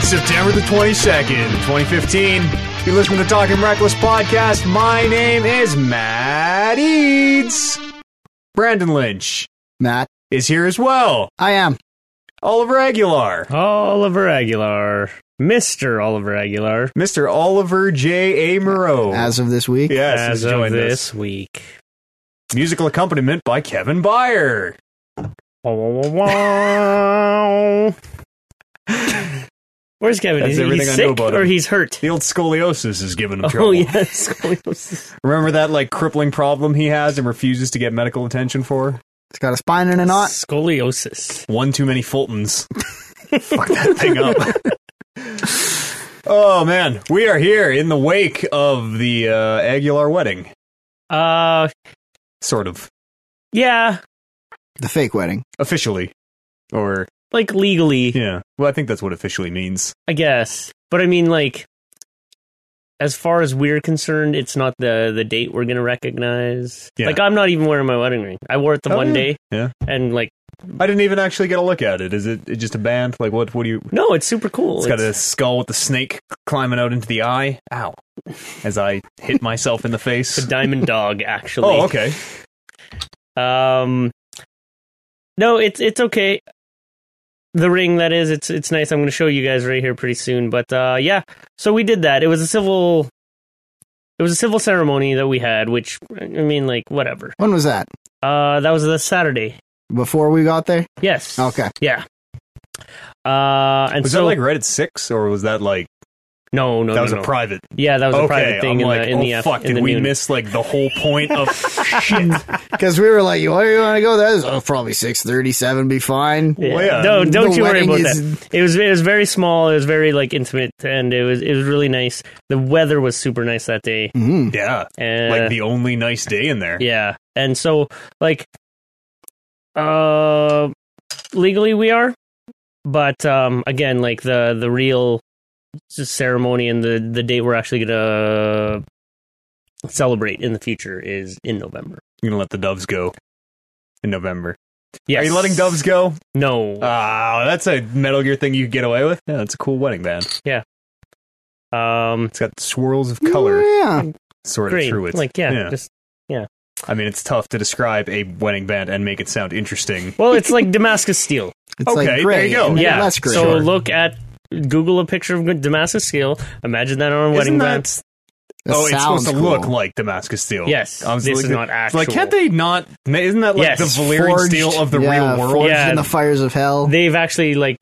September the 22nd, 2015. You listen to the Talking Reckless podcast. My name is Matt Eads. Brandon Lynch Matt, is here as well. I am. Oliver Aguilar. Oliver Aguilar. Mr. Oliver Aguilar. Mr. Oliver J. A. Moreau. As of this week, yes, as he's of joined us. this week. Musical accompaniment by Kevin Byer. Wah, wah, wah, wah. Where's Kevin? That's Is he everything he's I know sick about or him. he's hurt? The old scoliosis is giving him trouble. Oh, yes. Scoliosis. Remember that like crippling problem he has and refuses to get medical attention for? it's got a spine and a knot. Scoliosis. One too many Fultons. Fuck that thing up. oh man, we are here in the wake of the uh, Aguilar wedding, Uh, sort of yeah. The fake wedding. officially, or Like, legally, yeah. Well, I think that's what officially means. I guess. But I mean, like, as far as we're concerned, it's not the the date we're gonna recognize. Yeah. Like, I'm not even wearing my wedding ring. I wore it the Oh, one yeah. day, Yeah. and like, I didn't even actually get a look at it. Is it, it just a band? Like what? What do you? no, it's super cool. It's got a skull with the snake climbing out into the eye. Ow! As I hit myself in the It's face. a diamond dog, actually. Oh, okay. Um, no, it's it's okay. The ring that is, it's it's nice. I'm going to show you guys right here pretty soon. But uh, yeah, so we did that. It was a civil, it was a civil ceremony that we had. Which I mean, like whatever. When was that? Uh, that was the Saturday. Before we got there? Yes. Okay. Yeah. Uh, and Was so that like right at six, or was that like no, no, that no, was no. a private? yeah, that was okay, a private thing I'm in like, the in oh the af- fuck, in did the we noon. miss like the whole point of shit? Because we were like, where do you want to go? That is oh, probably 637, be fine. Yeah. Well, yeah. No, don't The you worry wedding about is- that. It was it was very small. It was very like intimate, and it was it was really nice. The weather was super nice that day. Mhm. Yeah, And uh, like the only nice day in there. yeah, and so like, uh, legally we are, but um, again, like the the real s- ceremony and the the date we're actually gonna celebrate in the future is in November. You're gonna let the doves go in November. Yes. Are you letting doves go? No. Ah, that's a Metal Gear thing you could get away with. Yeah, that's a cool wedding band. um. It's got swirls of color Mm, Yeah. sort of Great. through it. Like yeah, Yeah. just I mean, it's tough to describe a wedding band and make it sound interesting. well, it's like Damascus Steel. It's Okay, like there gray. you go. and then Oh, Yeah, That's great. So look at Google a picture of Damascus Steel. Imagine that on a wedding Isn't band. that, That oh, it's sounds supposed to cool. look like Damascus Steel. Yes, I was this like, is not it's actual. like, can't they not? ma- Isn't that like Yes, the Valyrian Forged- Steel of the yeah, real world? Forged Yeah. in the fires of hell. They've actually like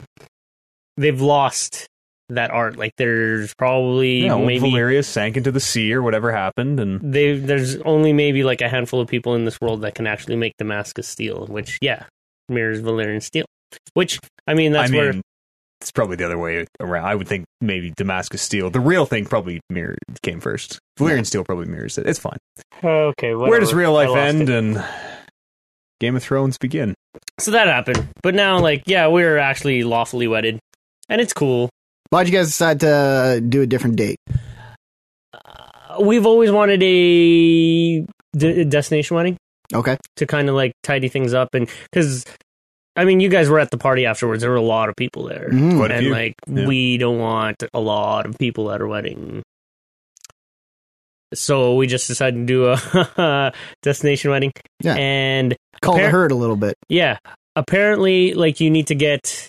they've lost that art. Like there's probably Yeah, old maybe Valerius sank into the sea or whatever happened, and they there's only maybe like a handful of people in this world that can actually make Damascus Steel, which yeah mirrors Valyrian Steel. Which I mean I that's mean, where it's probably the other way around. I would think maybe Damascus steel, the real thing, probably mirrored came first. Valyrian steel probably mirrors it. It's fine. okay. Where does real life end And- and Game of Thrones begin? so that happened, but now like yeah we're actually lawfully wedded, and it's cool. Why'd you guys decide to do a different date? We've always wanted a de- destination wedding. Okay. to kind of like tidy things up and because i mean you guys were at the party afterwards there were a lot of people there Mhm. Mm-hmm. Quite a and few. like Yeah. we don't want a lot of people at our wedding so we just decided to do a destination wedding Yeah. and Call the Appar- herd a little bit. yeah apparently like you need to get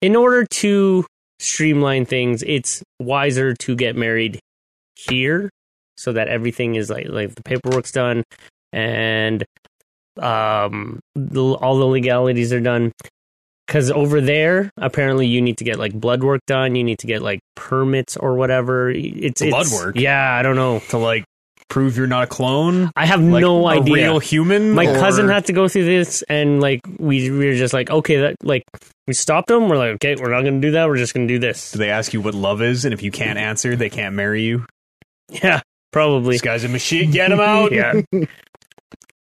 in order to streamline things it's wiser to get married here so that everything is like like the paperwork's done and um the, all the legalities are done because over there apparently you need to get like blood work done you need to get like permits or whatever it's Blood it's- work? yeah i don't know To like prove you're not a clone? i have Like, no a idea real human? my or- cousin had to go through this and like we, we were just like okay that like we stopped him we're like okay we're not gonna do that we're just gonna do this Do they ask you what love is, and if you can't answer, they can't marry you? yeah probably This guy's a machine. Get him out. yeah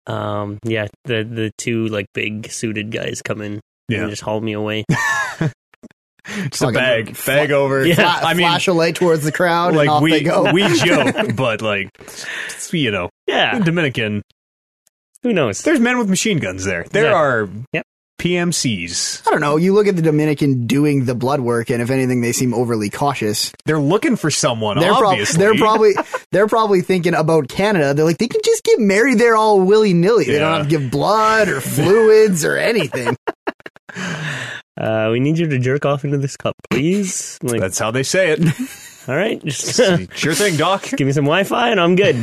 um yeah the the two like big suited guys come in Yeah. and just haul me away Just a Fucking bag. Bag over. Yeah. Fla- I mean, flash a light towards the crowd, and like off we they go. we joke, but like you know, yeah Dominican. who knows There's men with machine guns there. There Yeah. are Yep. PMCs. I don't know. You look at the Dominican doing the blood work, and if anything, they seem overly cautious. They're looking for someone. They're, prob- obviously, they're probably they're probably thinking about Canada. They're like, they can just get married there all willy nilly. They don't Yeah. have to give blood or fluids or anything. Uh, we need you to jerk off into this cup, please. I'm like, That's how they say all right, just it. sure thing, Doc. give me some Wi-Fi and I'm good.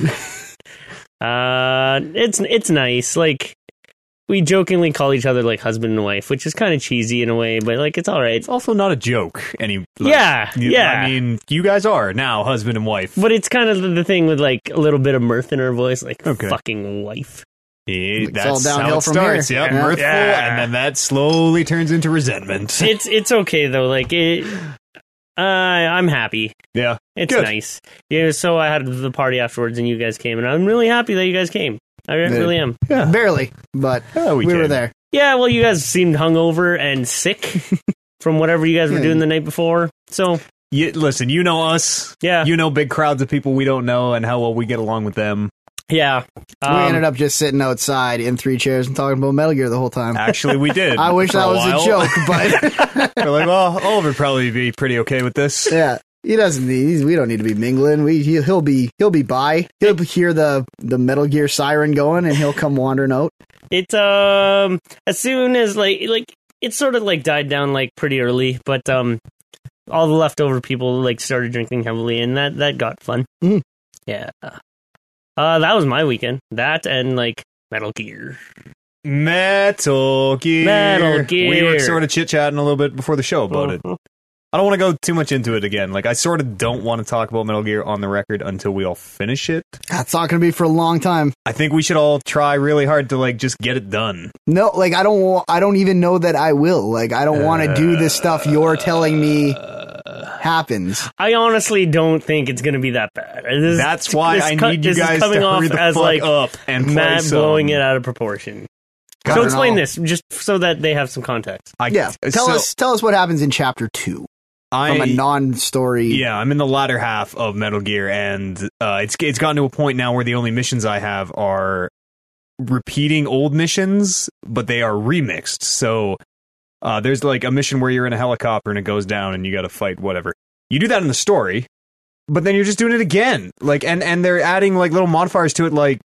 uh, it's it's nice. Like we jokingly call each other like husband and wife, which is kind of cheesy in a way, but like it's all right. It's also not a joke. Any, like, yeah, you- yeah. I mean, you guys are now husband and wife. but it's kind of the- the thing with like a little bit of mirth in her voice, like Okay. fucking wife. Eh, It's that's all downhill how it from starts. here. Yep, Yeah. mirthful, Yeah. and then that slowly turns into resentment. It's it's okay though. Like it, uh, I'm happy. yeah, It's Good. nice. Yeah. So I had the party afterwards, and you guys came, and I'm really happy that you guys came. I re- Yeah. really am. yeah. Barely, but Yeah, we, can. were there. Yeah, well, you guys seemed hungover and sick from whatever you guys were Hmm. Yeah. doing the night before. So, You, listen, you know us. yeah. You know big crowds of people we don't know and how well we get along with them. yeah. we Um, ended up just sitting outside in three chairs and talking about Metal Gear the whole time. Actually, we did. I wish for that a was while. a joke, but We're like, well, Oliver probably be pretty okay with this. yeah, he doesn't need. he's- We don't need to be mingling. We he, he'll be he'll be by. He'll hear the the Metal Gear siren going, and he'll come wandering out. It, um, as soon as, like, like, it sort of, like, died down, like, pretty early, but, um, all the leftover people, like, started drinking heavily, and that, that got fun. Mm. Mhm. Yeah. Uh, that was my weekend. That and, like, Metal Gear. Metal Gear. Metal Gear. We were sort of chit chatting a little bit before the show about it. Mhm. I don't want to go too much into it again. Like, I sort of don't want to talk about Metal Gear on the record until we all finish it. That's not going to be for a long time. I think we should all try really hard to like just get it done. No, like I don't. wa- I don't even know that I will. Like I don't want to do this stuff you're telling me happens. I honestly don't think it's going to be that bad. This, That's why this I cut- need you this is guys coming to hurry off the as, fuck like, up and play Matt some. blowing it out of proportion. I So don't explain know. this, just so that they have some context. I, Yeah, tell so us. Tell us what happens in chapter two I, from a non-story. Yeah, I'm in the latter half of Metal Gear, and uh, it's it's gotten to a point now where the only missions I have are repeating old missions, but they are remixed. So uh, there's like a mission where you're in a helicopter and it goes down, and you got to fight whatever. You do that in the story, but then you're just doing it again. Like, and and they're adding like little modifiers to it. Like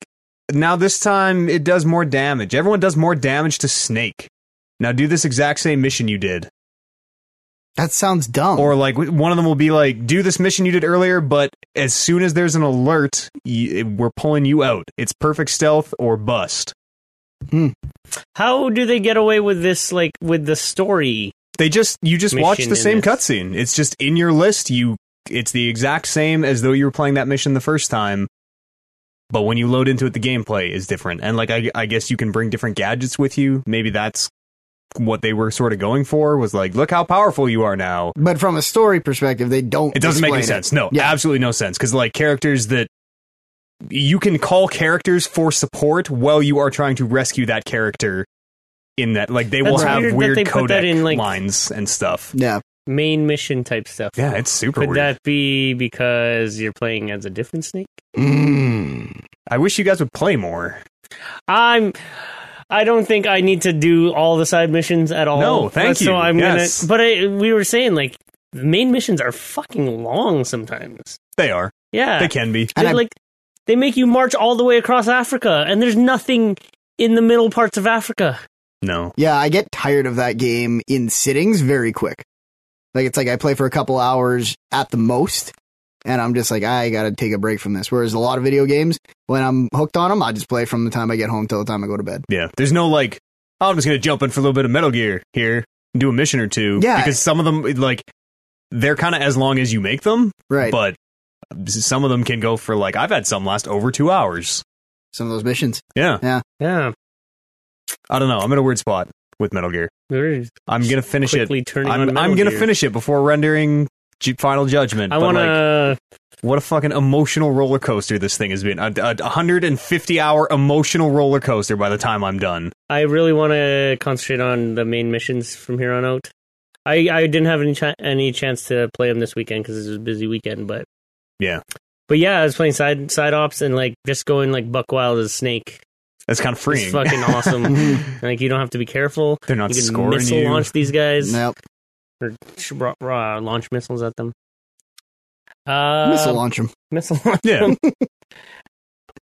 now this time it does more damage. Everyone does more damage to Snake. Now do this exact same mission you did that sounds dumb. or like w- one of them will be like do this mission you did earlier but as soon as there's an alert y we're pulling you out it's perfect stealth or bust How do they get away with this? Like with the story? they just you just watch Mission the in same it. cutscene it's just in your list you it's the exact same as though you were playing that mission the first time but when you load into it the gameplay is different and like i, I guess you can bring different gadgets with you maybe that's what they were sort of going for was like look how powerful you are now but from a story perspective, they don't. It doesn't make any explain sense. No, Yeah. absolutely no sense. Because like characters that you can call characters for support while you are trying to rescue that character. In that, like they will That's have weird weird, that they put that codec in, like- lines and stuff. Yeah, Main mission type stuff. Yeah, it's super Could weird. that be because you're playing as a different snake? Mm. I wish you guys would play more. I'm. I don't think I need to do all the side missions at all. No, thank So you. I'm Yes. gonna. But I, we were saying like the main missions are fucking long sometimes. They are. Yeah, They can be. And They, I- like they make you march all the way across Africa, and there's nothing in the middle parts of Africa. No. yeah. I get tired of that game in sittings very quick. Like it's like I play for a couple hours at the most, and I'm just like I gotta take a break from this. Whereas a lot of video games, when I'm hooked on them, I just play from the time I get home till the time I go to bed. Yeah. There's no like. Oh, I'm just gonna jump in for a little bit of Metal Gear here, and do a mission or two. Yeah. Because some of them like they're kind of as long as you make them, Right. but some of them can go for like I've had some last over two hours. Some of those missions. Yeah. Yeah, I don't know. I'm in a weird spot with Metal Gear. we're I'm gonna finish it. quickly turning on. I'm, Metal I'm gonna Gear. finish it before rendering Ju- Final Judgment. I but, want like, to. what a fucking emotional roller coaster this thing has been. A, a 150 hour emotional roller coaster. By the time I'm done, I really want to concentrate on the main missions from here on out. I, I didn't have any cha- any chance to play them this weekend because it was a busy weekend, but Yeah. but yeah, I was playing side side ops and like just going like buck wild as Snake. That's kind of freeing. It's fucking awesome. like you don't have to be careful. They're not you can scoring missile you. launch these guys Nope. or sh- ra- ra- launch missiles at them. Uh, Missile launch them. missile launch. Yeah.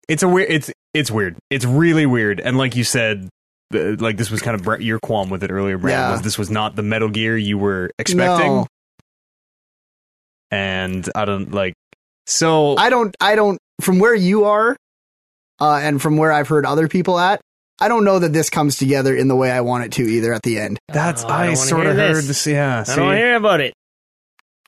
it's a weird. It's it's weird. It's really weird. And like you said, the, like this was kind of Bre- your qualm with it earlier, Brandon. Yeah. Was this was not the Metal Gear you were expecting? No, And I don't like. So I don't. I don't. From where you are, uh, and from where I've heard other people at, I don't know that this comes together in the way I want it to either. At the end, that's I, Oh, don't wanna sort of hear heard this. Yeah, I don't see? want to hear about it.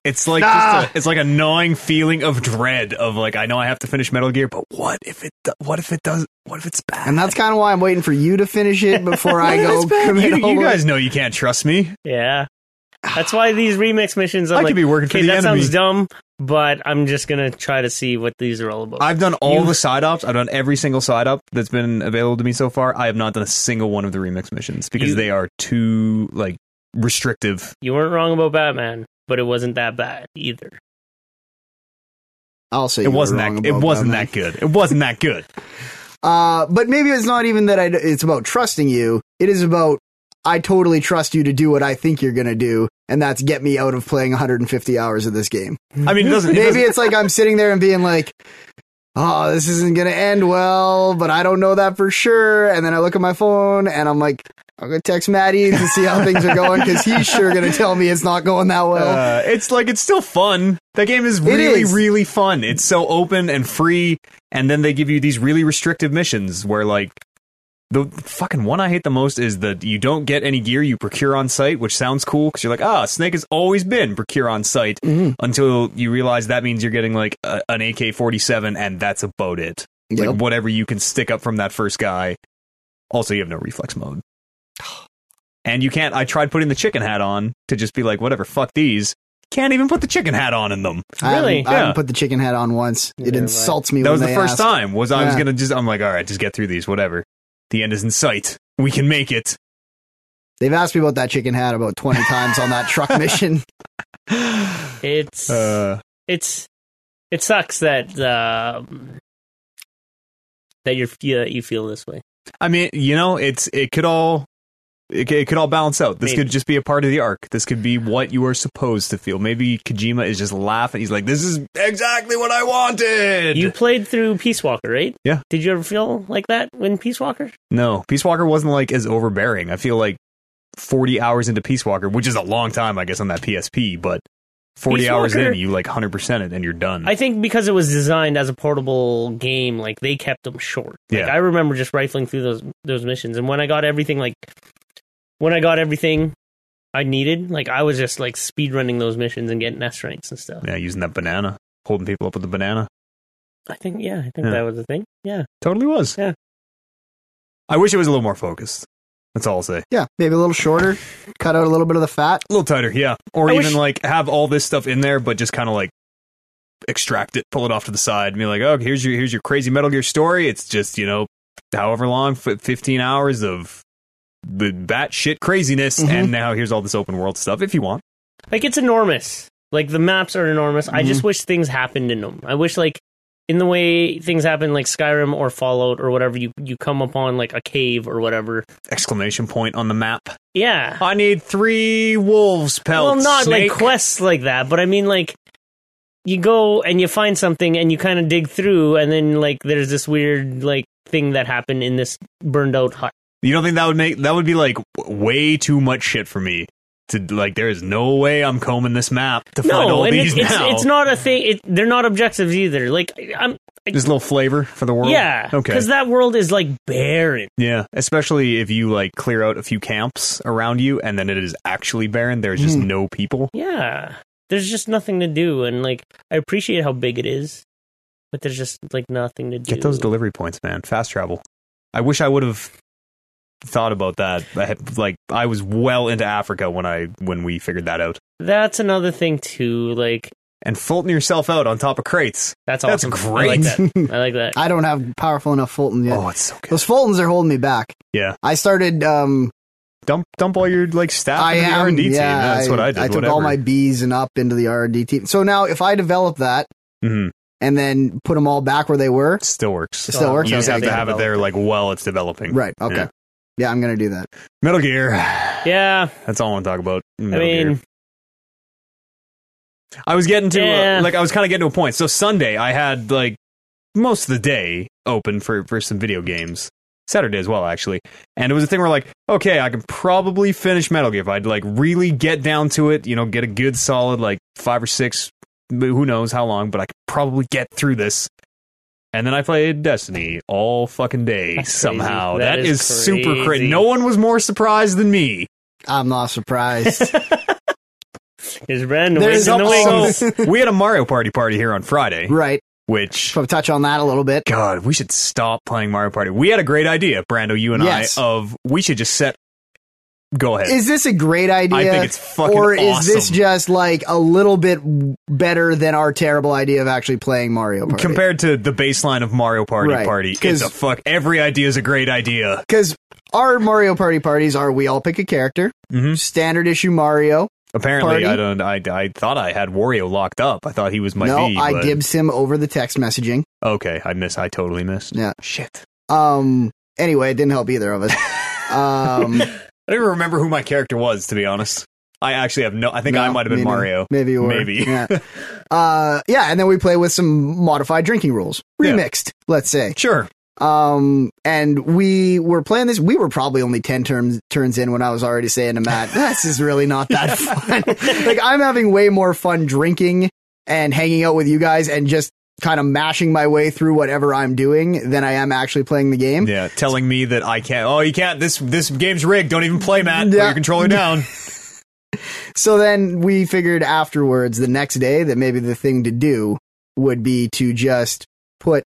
It's like Nah. just a, it's like a gnawing feeling of dread of like I know I have to finish Metal Gear, but what if it do- what if it does what if it's bad? and that's kind of why I'm waiting for you to finish it before I What if go. it's bad? commit You, you homework. guys know you can't trust me. Yeah, that's why these remix missions. I'm i like, could be working for okay, the that enemy. sounds dumb, but I'm just gonna try to see what these are all about. I've done all You- the side ops. I've done every single side op that's been available to me so far. I have not done a single one of the remix missions because You- they are too like restrictive. you weren't wrong about Batman, but it wasn't that bad either. I'll say It you were wasn't wrong that. It about wasn't man. that good. It wasn't that good. Uh, but maybe it's not even that I, it's about trusting you. It is about, I totally trust you to do what I think you're going to do. And that's get me out of playing 150 hours of this game. I mean, it doesn't. It Maybe doesn't it's like I'm sitting there and being like, oh, this isn't going to end well, but I don't know that for sure. And then I look at my phone and I'm like, I'm going to text Maddie to see how things are going because he's sure going to tell me it's not going that well. uh, it's like it's still fun. That game is really, is. really fun. It's so open and free, and then they give you these really restrictive missions where like the fucking one I hate the most is that you don't get any gear you procure on site, which sounds cool because you're like, ah, Snake has always been procure on site Mhm. until you realize that means you're getting like a, an AK-47, and that's about it. Yep. Like whatever you can stick up from that first guy. Also, you have no reflex mode. And you can't. I tried putting the chicken hat on to just be like, whatever, fuck these. Can't even put the chicken hat on in them. I, haven't, really? I haven't Yeah. put the chicken head on once. It Neither have I. insults me That when was the they first ask. time. Was I was Yeah. gonna just? I'm like, all right, just get through these, whatever. The end is in sight. We can make it. They've asked me about that chicken hat about 20 times on that truck mission. It's Uh, it's it sucks that um, that you're yeah, that you feel this way. I mean, you know, it's it could all it, c- it could all balance out. This Maybe. could just be a part of the arc. This could be what you are supposed to feel. Maybe Kojima is just laughing. He's like, "This is exactly what I wanted." You played through Peace Walker, right? Yeah. Did you ever feel like that when Peace Walker? no, Peace Walker wasn't like as overbearing. I feel like forty hours into Peace Walker, which is a long time, I guess, on that PSP, but. 40 Peace hours Walker- in, you like 100% it and you're done. I think because it was designed as a portable game, like they kept them short. Like Yeah. I remember just rifling through those those missions, and when I got everything, like when I got everything I needed, like I was just like speed running those missions and getting S ranks and stuff. yeah, using that banana, holding people up with the banana. I think, yeah, I think Yeah. that was the thing. Yeah, Totally was. Yeah. I wish it was a little more focused. That's all I'll say. Yeah, maybe a little shorter, cut out a little bit of the fat. A little tighter, yeah. Or I even wish- like have all this stuff in there, but just kind of like extract it, pull it off to the side, and be like, "Oh, here's your here's your crazy Metal Gear story." It's just you know, however long, fi- fifteen hours of the bat shit craziness, Mm-hmm. Mhm. and now here's all this open world stuff if you want. like it's enormous. Like the maps are enormous. I Mhm. just wish things happened in them. I wish like in the way things happen, like Skyrim or Fallout or whatever, you you come upon like a cave or whatever. Exclamation point on the map. Yeah, I need three wolves pelts. well, not snake. like quests like that, but I mean like you go and you find something and you kind of dig through, and then like there's this weird like thing that happened in this burned out hut. You don't think that would make that would be like w- way too much shit for me to like? There is no way I'm combing this map to find all and it- these it's now. it's not a thing. It, they're not objectives either. Like I'm Just a little flavor for the world. yeah, Okay. because that world is like barren. yeah. Especially if you like clear out a few camps around you, and then it is actually barren. There's just Mhm. no people. Yeah. There's just nothing to do and like I appreciate how big it is, but there's just like nothing to do. Get those delivery points, man. Fast travel. I wish I would have thought about that. I had, like I was well into Africa when I when we figured that out. That's another thing too, like And floating yourself out on top of crates. that's That's awesome. great. I like that. I like that. I don't have powerful enough Fulton yet. Oh, it's so good. Those Fultons are holding me back. Yeah. I started. Um, Dump dump all your like staff I into the R am. and D Yeah, team. That's what I did. I took whatever. all my B's and up into the R and D team. So now, if I develop that Mhm. and then put them all back where they were. It still works. It still works. You just Okay, have to okay. have it there like while it's developing. Right. Okay. Yeah. Yeah. I'm gonna do that. Metal Gear. Yeah, That's all I want to talk about. I Metal Gear. mean, I was getting to uh, Yeah. like I was kind of getting to a point. So Sunday I had like most of the day open for for some video games. Saturday as well actually. And it was a thing where like okay, I can probably finish Metal Gear if I'd like really get down to it, you know, get a good solid like 5 or 6 who knows how long, but I could probably get through this. And then I played Destiny all fucking day That's crazy. somehow. That that is is, super crazy. crazy. No one was more surprised than me. I'm not surprised. his brand There's wins in the wings. also- we had a Mario Party party here on Friday, right. which So touch on that a little bit. God, we should stop playing Mario Party. We had a great idea, Brando, you and Yes. I, of we should just set. Go ahead. Is this a great idea? I think it's fucking or is this awesome. just like a little bit better than our terrible idea of actually playing Mario Party? Compared to the baseline of Mario Party Right, Party, 'cause- it's a fuck. Every idea is a great idea. because our Mario Party parties are we all pick a character, Mhm. standard issue Mario. Apparently, Party? I don't. I, I thought I had Wario locked up. I thought he was my no, V, I but- dibs him over the text messaging. Okay, I miss. I totally missed. Yeah. Shit. Um. Anyway, it didn't help either of us. Um, I don't even remember who my character was. To be honest, I actually have no. I think I no, might have been maybe- Mario. Maybe you were. Maybe. Yeah. Uh, yeah, and then we play with some modified drinking rules, Yeah. remixed, let's say. Sure. Um, and we were playing this. We were probably only ten turns turns in when I was already saying to Matt, "This is really not that fun." like I'm having way more fun drinking and hanging out with you guys and just kind of mashing my way through whatever I'm doing than I am actually playing the game. Yeah, telling me that I can't. Oh, you can't. This this game's rigged. Don't even play, Matt. Put Yeah. your controller down. So then we figured afterwards the next day that maybe the thing to do would be to just put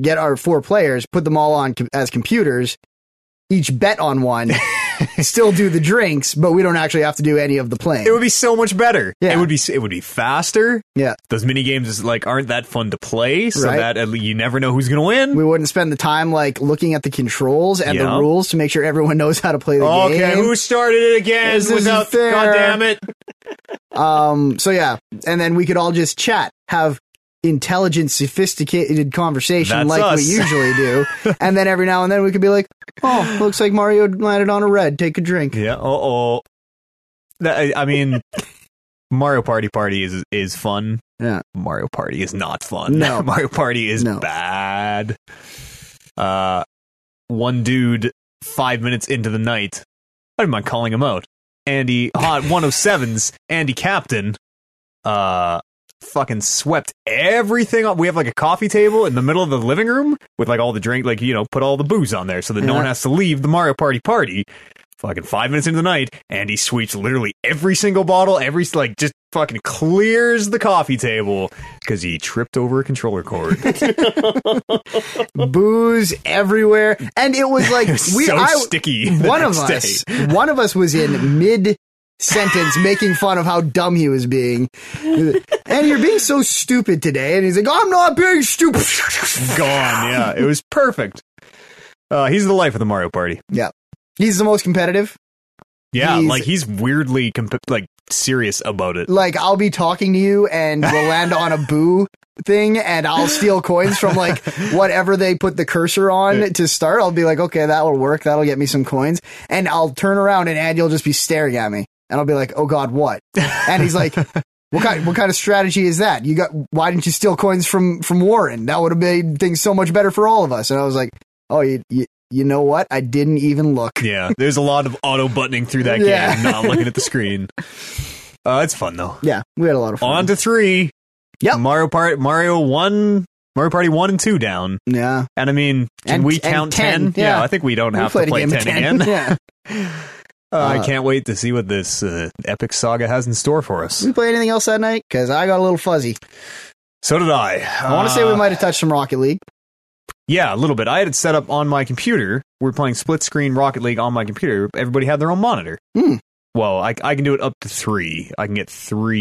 get our four players, put them all on com- as computers, each bet on one, still do the drinks, but we don't actually have to do any of the playing. It would be so much better. Yeah. It would be it would be faster. Yeah. Those mini games is like aren't that fun to play, so Right. that at least you never know who's gonna win. we wouldn't spend the time like looking at the controls and the Yeah. rules to make sure everyone knows how to play the okay, game. who started it again? This isn't without fair. God damn it. Um, so yeah, and then we could all just chat, have intelligent, sophisticated conversation That's like us. we usually do, and then every now and then we could be like, "Oh, looks like Mario landed on a red. Take a drink." Yeah. Uh oh. I, I mean Mario Party Party is is fun. Yeah. Mario Party is not fun. No. Mario Party is No. bad. Uh one dude five minutes into the night. I didn't mind calling him out. Andy Hot 107's Andy Captain uh fucking swept everything up. We have like a coffee table in the middle of the living room with like all the drink, like, you know, put all the booze on there so that no Yeah. one has to leave the Mario Party party. Fucking five minutes into the night, Andy sweeps literally every single bottle, every like just fucking clears the coffee table because he tripped over a controller cord. Booze everywhere, and it was like we. so I, sticky. the one of next day. us, one of us was in mid sentence making fun of how dumb he was being, and you're being so stupid today. And he's like, "I'm not being stupid." gone. Yeah, it was perfect. Uh, he's the life of the Mario Party. He's the most competitive. Yeah, He's- like he's weirdly comp- like serious about it. like I'll be talking to you and we'll land on a boo thing and I'll steal coins from like whatever they put the cursor on to start. I'll be like, okay, that'll work. That'll get me some coins. And I'll turn around and Andy will just be staring at me and I'll be like, oh God, what? And he's like, what kind, what kind of strategy is that? You got, why didn't you steal coins from, from Warren? That would have made things so much better for all of us. And I was like, oh, you, you, you know what? I didn't even look. Yeah, there's a lot of auto buttoning through that Yeah. game, not looking at the screen. Uh, it's fun though. Yeah, we had a lot of fun. On to three. Yep. Mario Party, Mario one, Mario Party one and two down. yeah. And I mean, can And- we and count 10, yeah. I think we don't We have played to a play game ten, of 10. again. Yeah. Uh, I Uh, can't wait to see what this uh, epic saga has in store for us. Did we play anything else that night? Because I got a little fuzzy. So did I. I want to say Uh, we might have touched some Rocket League. Yeah, a little bit. I had it set up on my computer. We were playing split screen Rocket League on my computer. Everybody had their own monitor. Hmm. Well, I, I can do it up to three. I can get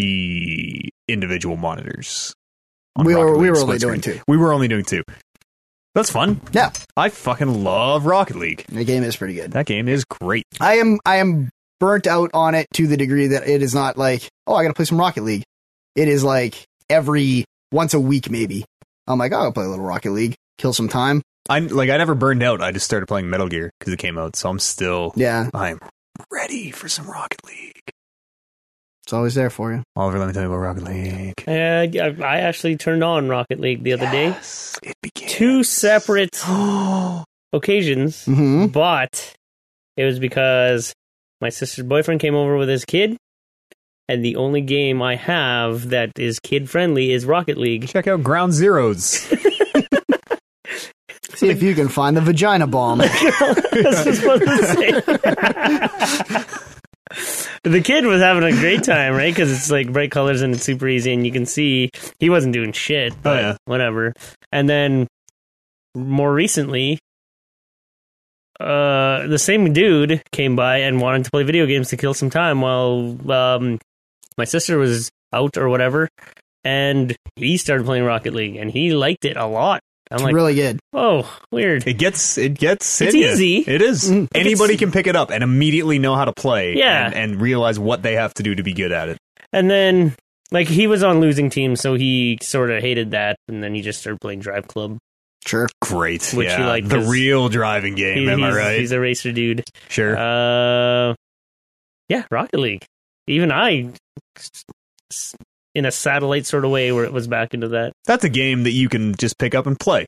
three individual monitors. on We Rocket were we League were only split doing screen. two. We were only doing two. That's fun. Yeah. I fucking love Rocket League. The game is pretty good. That game is great. I am I am burnt out on it to the degree that it is not like oh I got to play some Rocket League. It is like every once a week maybe I'm like, oh, I'll play a little Rocket League, kill some time. I like I never burned out. I just started playing Metal Gear because it came out, so I'm still Yeah, I'm ready for some Rocket League. it's always there for you. Oliver, let me tell you about Rocket League. Uh, I I actually turned on Rocket League the other day. Yes, it began. Two separate occasions, hmm but it was because my sister's boyfriend came over with his kid, and the only game I have that is kid friendly is Rocket League. Check out Ground Zeroes. See if you can find the vagina bomb. That's just what to say. the kid was having a great time, right? Because it's like bright colors and it's super easy, and you can see he wasn't doing shit, but Oh, yeah. whatever. And then more recently, uh, the same dude came by and wanted to play video games to kill some time while um, my sister was out or whatever, and he started playing Rocket League and he liked it a lot. I'm It's like, really good. oh, weird. it gets it gets It's in ya. easy. Mm-hmm. It is. Mm. Anybody can pick it up and immediately know how to play. Yeah. and, and realize what they have to do to be good at it. And then, like, he was on losing team, so he sort of hated that. And then he just started playing Drive Club. Sure. Great, Which yeah. you like, the 'cause real driving game. He- am I he's, right? he's a racer dude. sure. Uh, yeah, Rocket League. Even I, s- s- in a satellite sort of way, where it was back into that. That's a game that you can just pick up and play,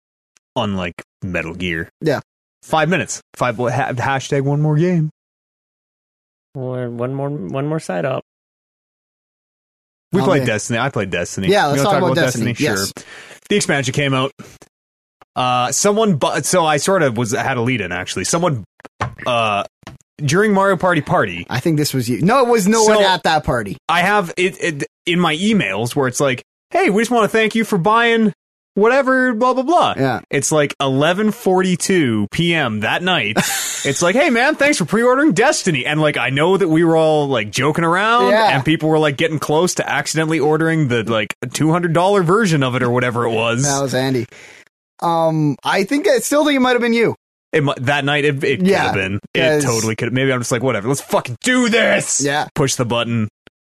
unlike Metal Gear. Yeah. Five minutes. Five ha- hashtag one more game. One one more, one more side up. We Oh, played man. Destiny. I played Destiny. Yeah, let's You talk wanna about Destiny. Yes. Sure. The expansion came out. Uh, someone, bu- so I sort of was had a lead in actually. Someone, uh, during Mario Party Party, I think this was you. No, it was no So- one at that party. I have it, it in my emails where it's like, "Hey, we just want to thank you for buying whatever, blah blah blah." Yeah. It's like 11:42 p.m. that night. it's like, "Hey man, thanks for pre-ordering Destiny." And like I know that we were all like joking around Yeah. and people were like getting close to accidentally ordering the like $200 version of it or whatever it was. That was Andy. Um, I think I still think it might have been you. It mu- that night it, it could Yeah, have been. It 'cause- totally could have. Maybe I'm just like, "Whatever. Let's fucking do this." Yeah, Push the button.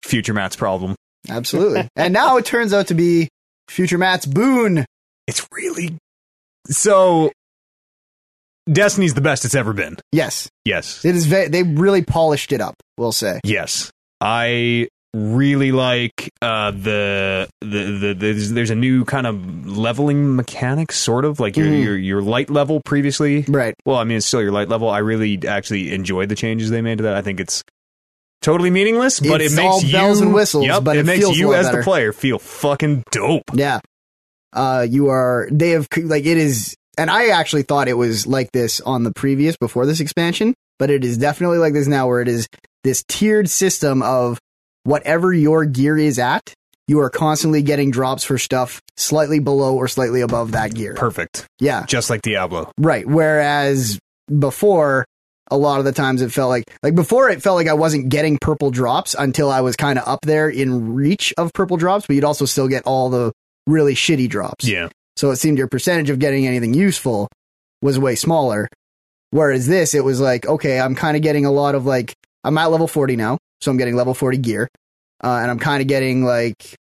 Future Matt's problem. absolutely. and now it turns out to be future Matt's boon. it's really so destiny's the best it's ever been Yes, yes it is. Ve- they really polished it up. We'll say. yes i really like uh the the, the there's, there's a new kind of leveling mechanic sort of like your Mhm. your your light level previously Right. well i mean it's still your light level i really actually enjoyed the changes they made to that i think it's totally meaningless but It's it makes all you bells and whistles, yep, but it, it makes feels a you lot as the better. player feel fucking dope Yeah. Uh, you are. They have c- like it is, and I actually thought it was like this on the previous before this expansion, but it is definitely like this now, where it is this tiered system of whatever your gear is at. You are constantly getting drops for stuff slightly below or slightly above that gear. perfect Yeah. just like diablo Right. Whereas before, a lot of the times it felt like, like before it felt like I wasn't getting purple drops until I was kind of up there in reach of purple drops, but you'd also still get all the really shitty drops. yeah So it seemed your percentage of getting anything useful was way smaller. Whereas this, it was like, okay, I'm kind of getting a lot of like, I'm at level 40 now, so I'm getting level 40 gear. Uh, and I'm kind of getting like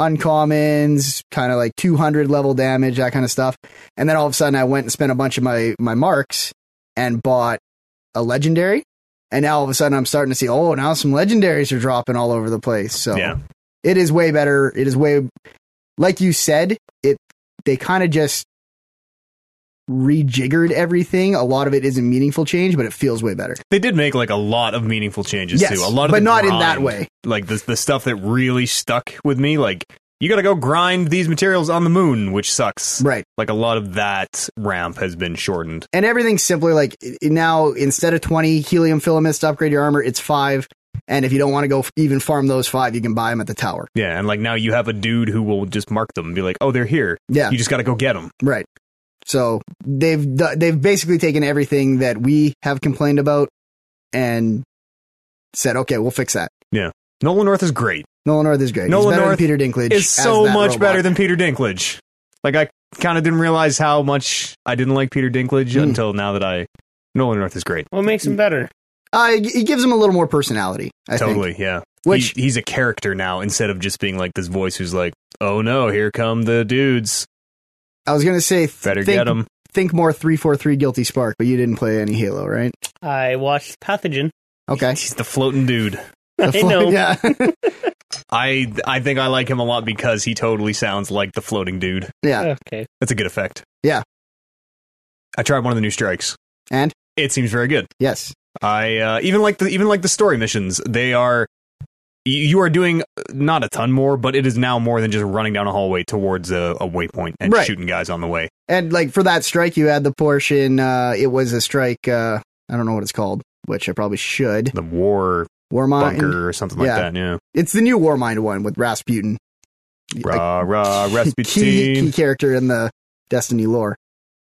uncommons, kind of like 200 level damage, that kind of stuff. And then all of a sudden I went and spent a bunch of my, my marks and bought a legendary. And now all of a sudden I'm starting to see, oh, now some legendaries are dropping all over the place. So yeah it is way better. It is way, like you said, it they kind of just rejiggered everything. A lot of it isn't meaningful change, but it feels way better. they did make like a lot of meaningful changes Yes, too. A lot of but the not in that grind, way. Like the the stuff that really stuck with me, like you got to go grind these materials on the moon, which sucks. Right. Like a lot of that ramp has been shortened. And everything's simpler. Like i- now, instead of 20 helium filaments to upgrade your armor, it's five. And if you don't want to go f- even farm those five, you can buy them at the tower. Yeah, and like now you have a dude who will just mark them and be like, "Oh, they're here. Yeah. You just got to go get them." Right. So they've do- they've basically taken everything that we have complained about and said, okay, we'll fix that. Nolan North is great. Nolan North is great. Nolan He's better North than Peter Dinklage. Is as so that much robot. better than Peter Dinklage. Like I kind of didn't realize how much I didn't like Peter Dinklage Mm. until now that I Nolan North is great. What makes him better? Uh, it it gives him a little more personality. I think. totally, yeah. Which He- he's a character now instead of just being like this voice who's like, "Oh no, here come the dudes." I was gonna say th- Better think, get them. think more three four three guilty spark, but you didn't play any Halo, right? I watched Pathogen. Okay. He's the floating dude. The I fl- know. Yeah. I I think I like him a lot because he totally sounds like the floating dude. yeah. Okay. That's a good effect. Yeah. I tried one of the new strikes. And? It seems very good. Yes. I uh, even like the even like the story missions. They are y- you are doing not a ton more, but it is now more than just running down a hallway towards a, a waypoint and Right. shooting guys on the way. And like for that strike you had the portion uh it was a strike uh I don't know what it's called, which I probably should. The war Warmind. bunker or something Uh, yeah. like that. Yeah, It's the new Warmind one with Rasputin. rah rah Like, key, key Uh, Rasputin. character in the Destiny lore.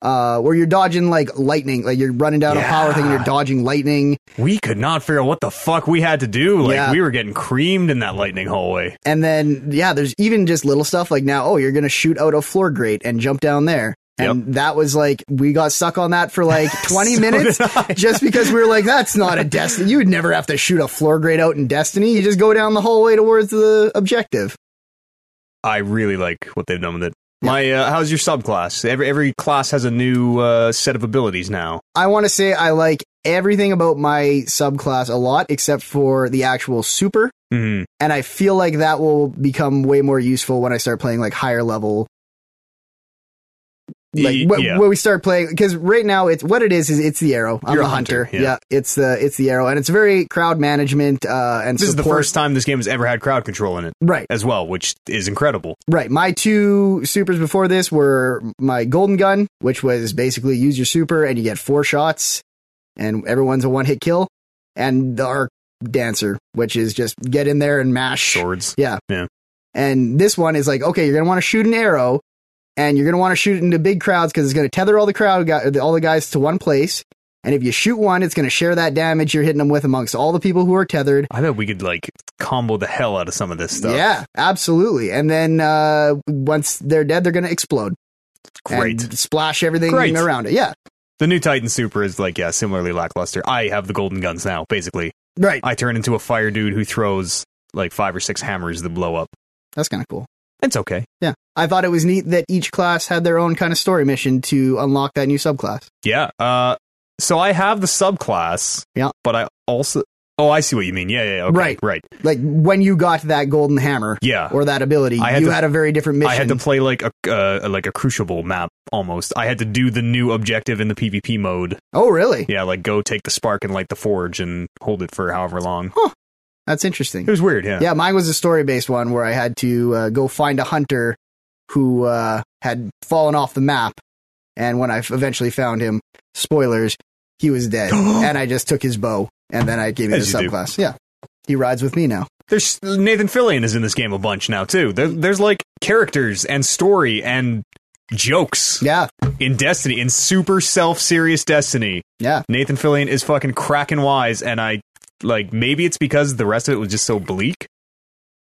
Uh, where you're dodging like lightning, like you're running down a power thing and Yeah. you're dodging lightning, We could not figure out what the fuck we had to do. Like Yeah. we were getting creamed in that lightning hallway. and then yeah, there's even just little stuff like now, oh, you're gonna shoot out a floor grate and jump down there, and that was like we got stuck on that for like 20 So minutes, did I. just because we were like, that's not a Destiny. You would never have to shoot a floor grate out in Destiny. You just go down the hallway towards the objective. I really like what they've done with it. My uh, how's your subclass? Every every class has a new uh, set of abilities now. I want to say I like everything about my subclass a lot, except for the actual super. Mm-hmm. and I feel like that will become way more useful when I start playing like higher level. Like wh- when we start playing, because right now it's what it is is it's the arrow. I'm You're a a hunter. hunter, Yeah. yeah. it's the it's the arrow, and it's very crowd management uh, and This is the support. first time this game has ever had crowd control in it Right, as well, which is incredible. right. My two supers before this were my golden gun, which was basically use your super and you get four shots, and everyone's a one hit kill, and the arc dancer, which is just get in there and mash. Swords. Yeah. Yeah. And this one is like, okay, you're gonna want to shoot an arrow, and you're gonna want to shoot it into big crowds because it's gonna tether all the crowd, gu- all the guys to one place. And if you shoot one, it's gonna share that damage you're hitting them with amongst all the people who are tethered. I bet we could like combo the hell out of some of this stuff. Yeah, absolutely. And then uh, once they're dead, they're gonna explode. and Great. splash everything Great. around it. Yeah. The new Titan Super is like yeah, similarly lackluster. I have the golden guns now. Basically, Right. I turn into a fire dude who throws like five or six hammers that blow up. That's kind of cool. It's okay. Yeah. I thought it was neat that each class had their own kind of story mission to unlock that new subclass. Yeah. Uh, so I have the subclass. Yeah. But I also. Oh, I see what you mean. Yeah, yeah, yeah, okay, Right. right. Like when you got that golden hammer Yeah, or that ability, I had you to- had a very different mission. I had to play like a uh, like a crucible map almost. I had to do the new objective in the PvP mode. Oh, really? Yeah, like go take the spark and light the forge and hold it for however long. That's interesting. It was weird. Yeah, Yeah, mine was a story based one where I had to uh, go find a hunter who uh, had fallen off the map. And when I f- eventually found him, spoilers, he was dead. and I just took his bow and then I gave him the As you do. subclass. Yeah. He rides with me now. there's Nathan Fillion is in this game a bunch now too. There, there's like characters and story and jokes Yeah. in Destiny in super self serious Destiny. Yeah. Nathan Fillion is fucking cracking wise, and I like maybe it's because the rest of it was just so bleak.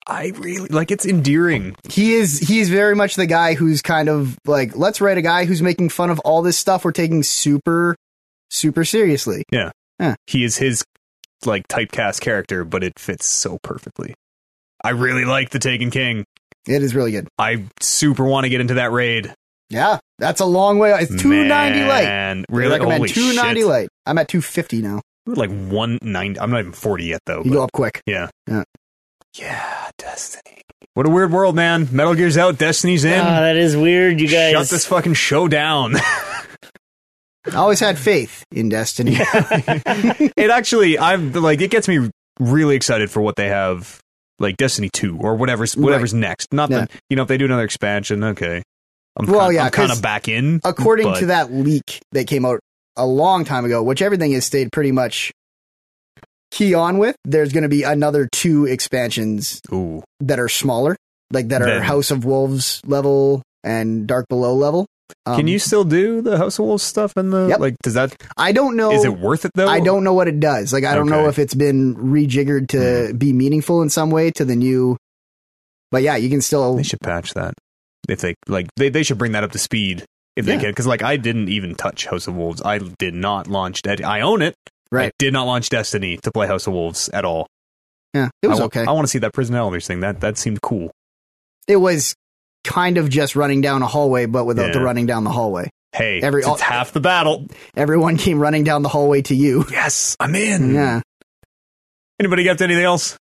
I really like it's endearing. He is he's very much the guy who's kind of like, let's write a guy who's making fun of all this stuff we're taking super super seriously. he is his like typecast character, but it fits so perfectly. I really like the Taken King. It is really good. I super want to get into that raid. Yeah. That's a long way. It's 290 light. Man, I really? recommend Holy 290 shit. light. I'm at 250 now. We're like 190. I'm not even 40 yet, though. You but- go up quick. yeah. Yeah. Yeah, Destiny. What a weird world, man. Metal Gear's out, Destiny's in. Uh, Ah, that is weird, you guys. Shut this fucking show down. I always had faith in Destiny. it actually, I'm like, it gets me really excited for what they have, like Destiny Two or whatever's whatever's next. Not that you know if they do another expansion, okay. I'm Well, kind, yeah, I'm kind 'cause of back in. According but- to that leak that came out a long time ago, which everything has stayed pretty much key on with, there's going to be another two expansions Ooh, that are smaller, like that are Then- House of Wolves level and Dark Below level. Um, can you still do the House of Wolves stuff and the Yep. like? Does that is I don't know. it worth it though? I don't know what it does. Like, I don't know Okay. Hmm. if it's been rejiggered to be meaningful in some way to the new. But yeah, you can still. They should patch that if they like. They they should bring that up to speed if they Yeah. can. Because like I didn't even touch House of Wolves. I did not launch. De- I own it. I Right. did not launch Destiny to play House of Wolves at all. Yeah, it was I wa- okay. I want to see that Prison Elders thing. That that seemed cool. it was kind of just running down a hallway, but without the Yeah. running down the hallway. Hey, Every- it's half the battle. Everyone came running down the hallway to you. Yes, I'm in. Yeah. Anybody got anything else?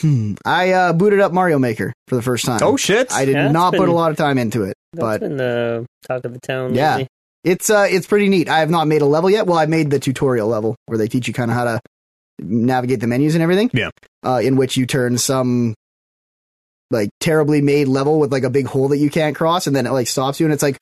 Hmm. I uh, booted up Mario Maker for the first time. Oh shit! I did Yeah, that's not put been- a lot of time into it, That's but been the talk of the town. Yeah. lately. it's uh, it's pretty neat. I have not made a level yet. Well, I made the tutorial level where they teach you kind of how to navigate the menus and everything. Yeah. Uh, in which you turn some like terribly made level with like a big hole that you can't cross, and then it like stops you, and it's like,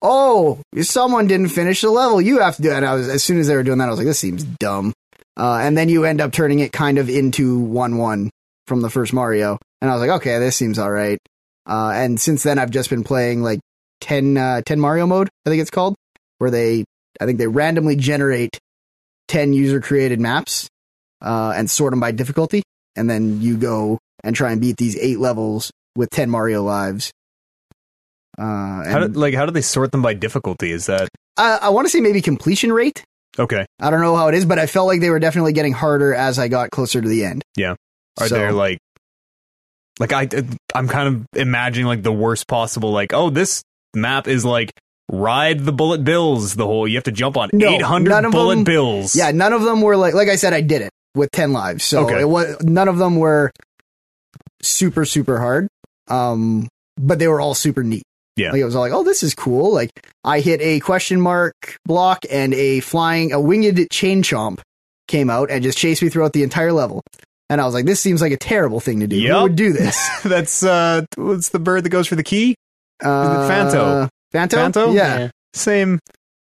oh, someone didn't finish the level. You have to do it. And I was as soon as they were doing that, I was like, this seems dumb. Uh, and then you end up turning it kind of into one one from the first Mario, and I was like, okay, this seems all right. Uh, and since then, I've just been playing like 10, uh, 10 Mario mode, I think it's called, where they, I think they randomly generate 10 user created maps, uh, and sort them by difficulty. And then you go and try and beat these eight levels with 10 Mario lives. Uh, How and did, like how do they sort them by difficulty? Is that Uh, I, I want to say maybe completion rate. okay? I don't know how it is, but I felt like they were definitely getting harder as I got closer to the end. Yeah. Are So- there like like I uh, I'm kind of imagining like the worst possible like oh this map is like ride the bullet bills the whole you have to jump on No, 800 none of bullet them- bills. Yeah, none of them were like like I said, I did it with ten lives, so Okay. it was none of them were super super hard. Um, but they were all super neat. Yeah. like it was all like, oh, this is cool. Like I hit a question mark block and a flying a winged chain chomp came out and just chased me throughout the entire level. And I was like, this seems like a terrible thing to do. Who Yup. would do this? That's uh what's the bird that goes for the key? Uh, Phanto? Phanto. Phanto? Yeah. Same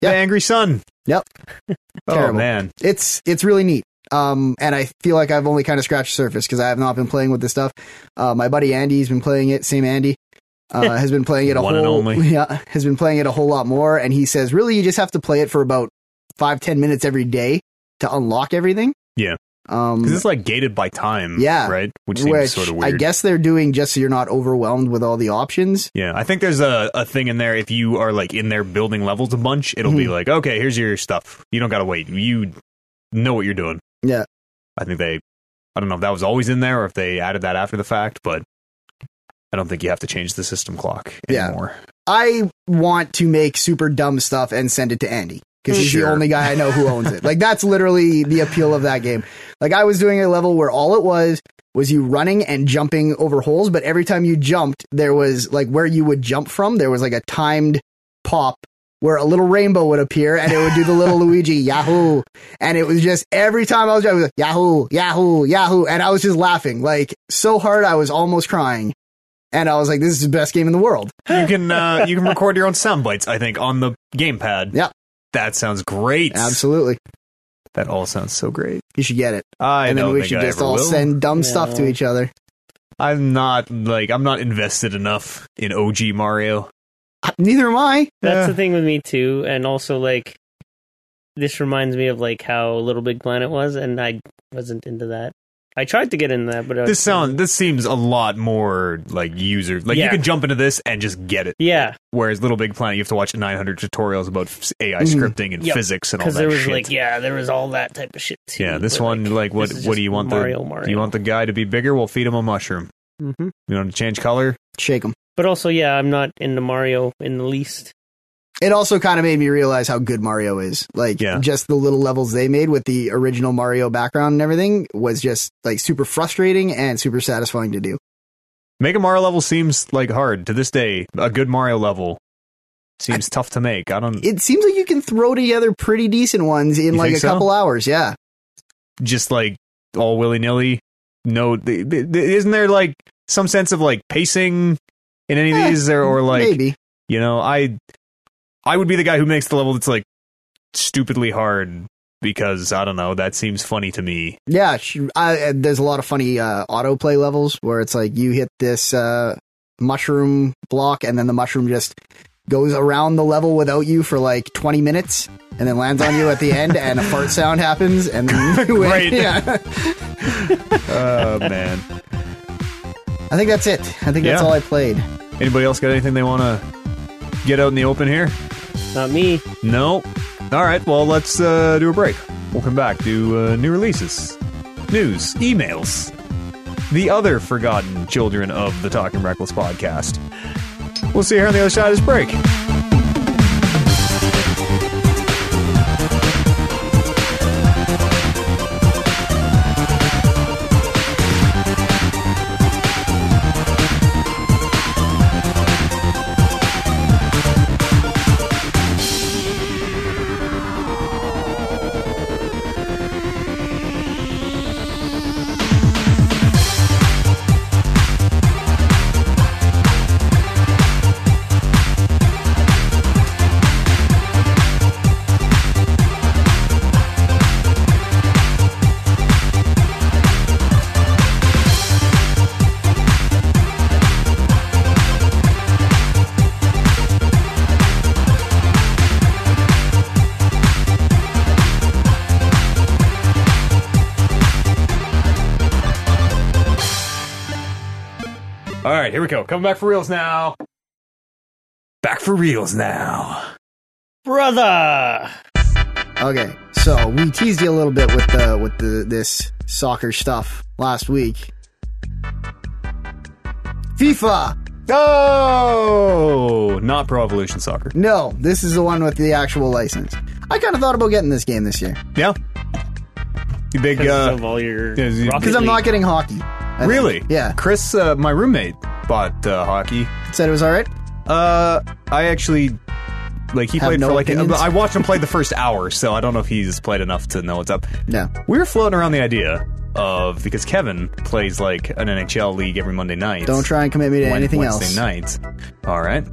Yeah. the angry sun. Yep. oh Terrible. man. it's it's really neat. Um, and I feel like I've only kind of scratched the surface because I have not been playing with this stuff. Uh, my buddy Andy's been playing it. Same Andy uh, has been playing it a One and whole only. yeah has been playing it a whole lot more. And he says really you just have to play it for about five ten minutes every day to unlock everything. Yeah. Um, Cuz it's like gated by time, Yeah. right? Which which, seems sort of weird. I guess they're doing just so you're not overwhelmed with all the options. Yeah, I think there's a, a thing in there. If you are like in there building levels a bunch, it'll Mm-hmm. be like, okay, here's your stuff. You don't gotta wait. You know what you're doing. Yeah. I think they. I don't know if that was always in there or if they added that after the fact, but I don't think you have to change the system clock Yeah. anymore. I want to make super dumb stuff and send it to Andy because he's Sure. the only guy I know who owns it. like that's literally the appeal of that game. Like I was doing a level where all it was was you running and jumping over holes, but every time you jumped, there was like where you would jump from, there was like a timed pop where a little rainbow would appear and it would do the little Luigi Yahoo. And it was just every time I was driving, it was like, Yahoo, Yahoo, Yahoo. And I was just laughing like so hard I was almost crying. And I was like, this is the best game in the world. You can uh, you can record your own sound bites. I think on the gamepad. Yeah. that sounds great. Absolutely. that all sounds so great. You should get it. I and then don't we think should I just ever all will. send dumb stuff to No. each other. I'm not like I'm not invested enough in OG Mario. Uh, Neither am I. That's Yeah. the thing with me too, and also like this reminds me of like how Little Big Planet was, and I wasn't into that. I tried to get into that, but I this was- sound this seems a lot more like user like you Yeah. can jump into this and just get it yeah, whereas little big planet you have to watch 900 tutorials about f- ai Mhm. scripting and Mm-hmm. Yep. physics and all because that there was shit like yeah, there was all that type of shit too. yeah this but, one like, what this is what just do you want Mario, the Mario. do you want the guy to be bigger we'll feed him a mushroom Mm-hmm. hmm you want to change color Shake them. But also, yeah, I'm not into Mario in the least. It also kind of made me realize how good Mario is. Like, Yeah. just the little levels they made with the original Mario background and everything was just like super frustrating and super satisfying to do. make a mario level seems like hard to this day a good mario level seems tough to make i don't It seems like you can throw together pretty decent ones in You like think a so? couple hours. Yeah. just like all willy-nilly no th- th- th- isn't there like some sense of like pacing in any of Eh, these or, or like Maybe. You know, I I would be the guy who makes the level that's like stupidly hard because I don't know, that seems funny to me. Yeah, sh I, uh, there's a lot of funny uh, autoplay levels where it's like you hit this uh, mushroom block, and then the mushroom just goes around the level without you for like 20 minutes, and then lands on you at the end, and a fart sound happens, and then you win. Great. Yeah, Oh man. I think that's it. I think that's Yeah. all I played. Anybody else got anything they want to get out in the open here? Not me. No. All right, well, let's uh, do a break. We'll come back to uh, new releases, news, emails, the other forgotten children of the Talking Reckless podcast. We'll see you here on the other side of this break. All right, here we go. Coming back for reels now. Back for reels now. Brother. Okay, so we teased you a little bit with the with the this soccer stuff last week. FIFA. Oh, not Pro Evolution Soccer. No, this is the one with the actual license. I kind of thought about getting this game this year Yeah. You big, Because uh, of all your. yeah, you- Rocket because I'm League. not getting hockey. I think. really? Yeah. Chris, uh, my roommate, bought uh, hockey. Said it was all right. Uh, I actually, like, he Have played no for like, a, opinions? I watched him play the first hour, so I don't know if he's played enough to know what's up. No. We were floating around the idea of, because Kevin plays like an NHL league every Monday night. Don't try and commit me to Wed- anything Wednesday else. night. All right.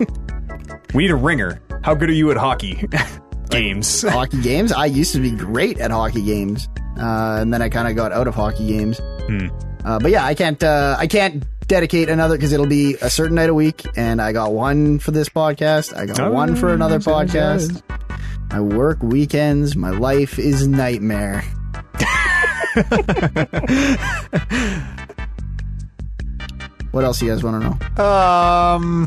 we need a ringer. How good are you at hockey games? hockey games. I used to be great at hockey games, uh, and then I kind of got out of hockey games. Hmm. Uh, but yeah, I can't. Uh, I can't dedicate another because it'll be a certain night a week, and I got one for this podcast. I got Oh, one for another so nice. podcast. I work weekends. My life is a nightmare. what else you guys want to know? Um,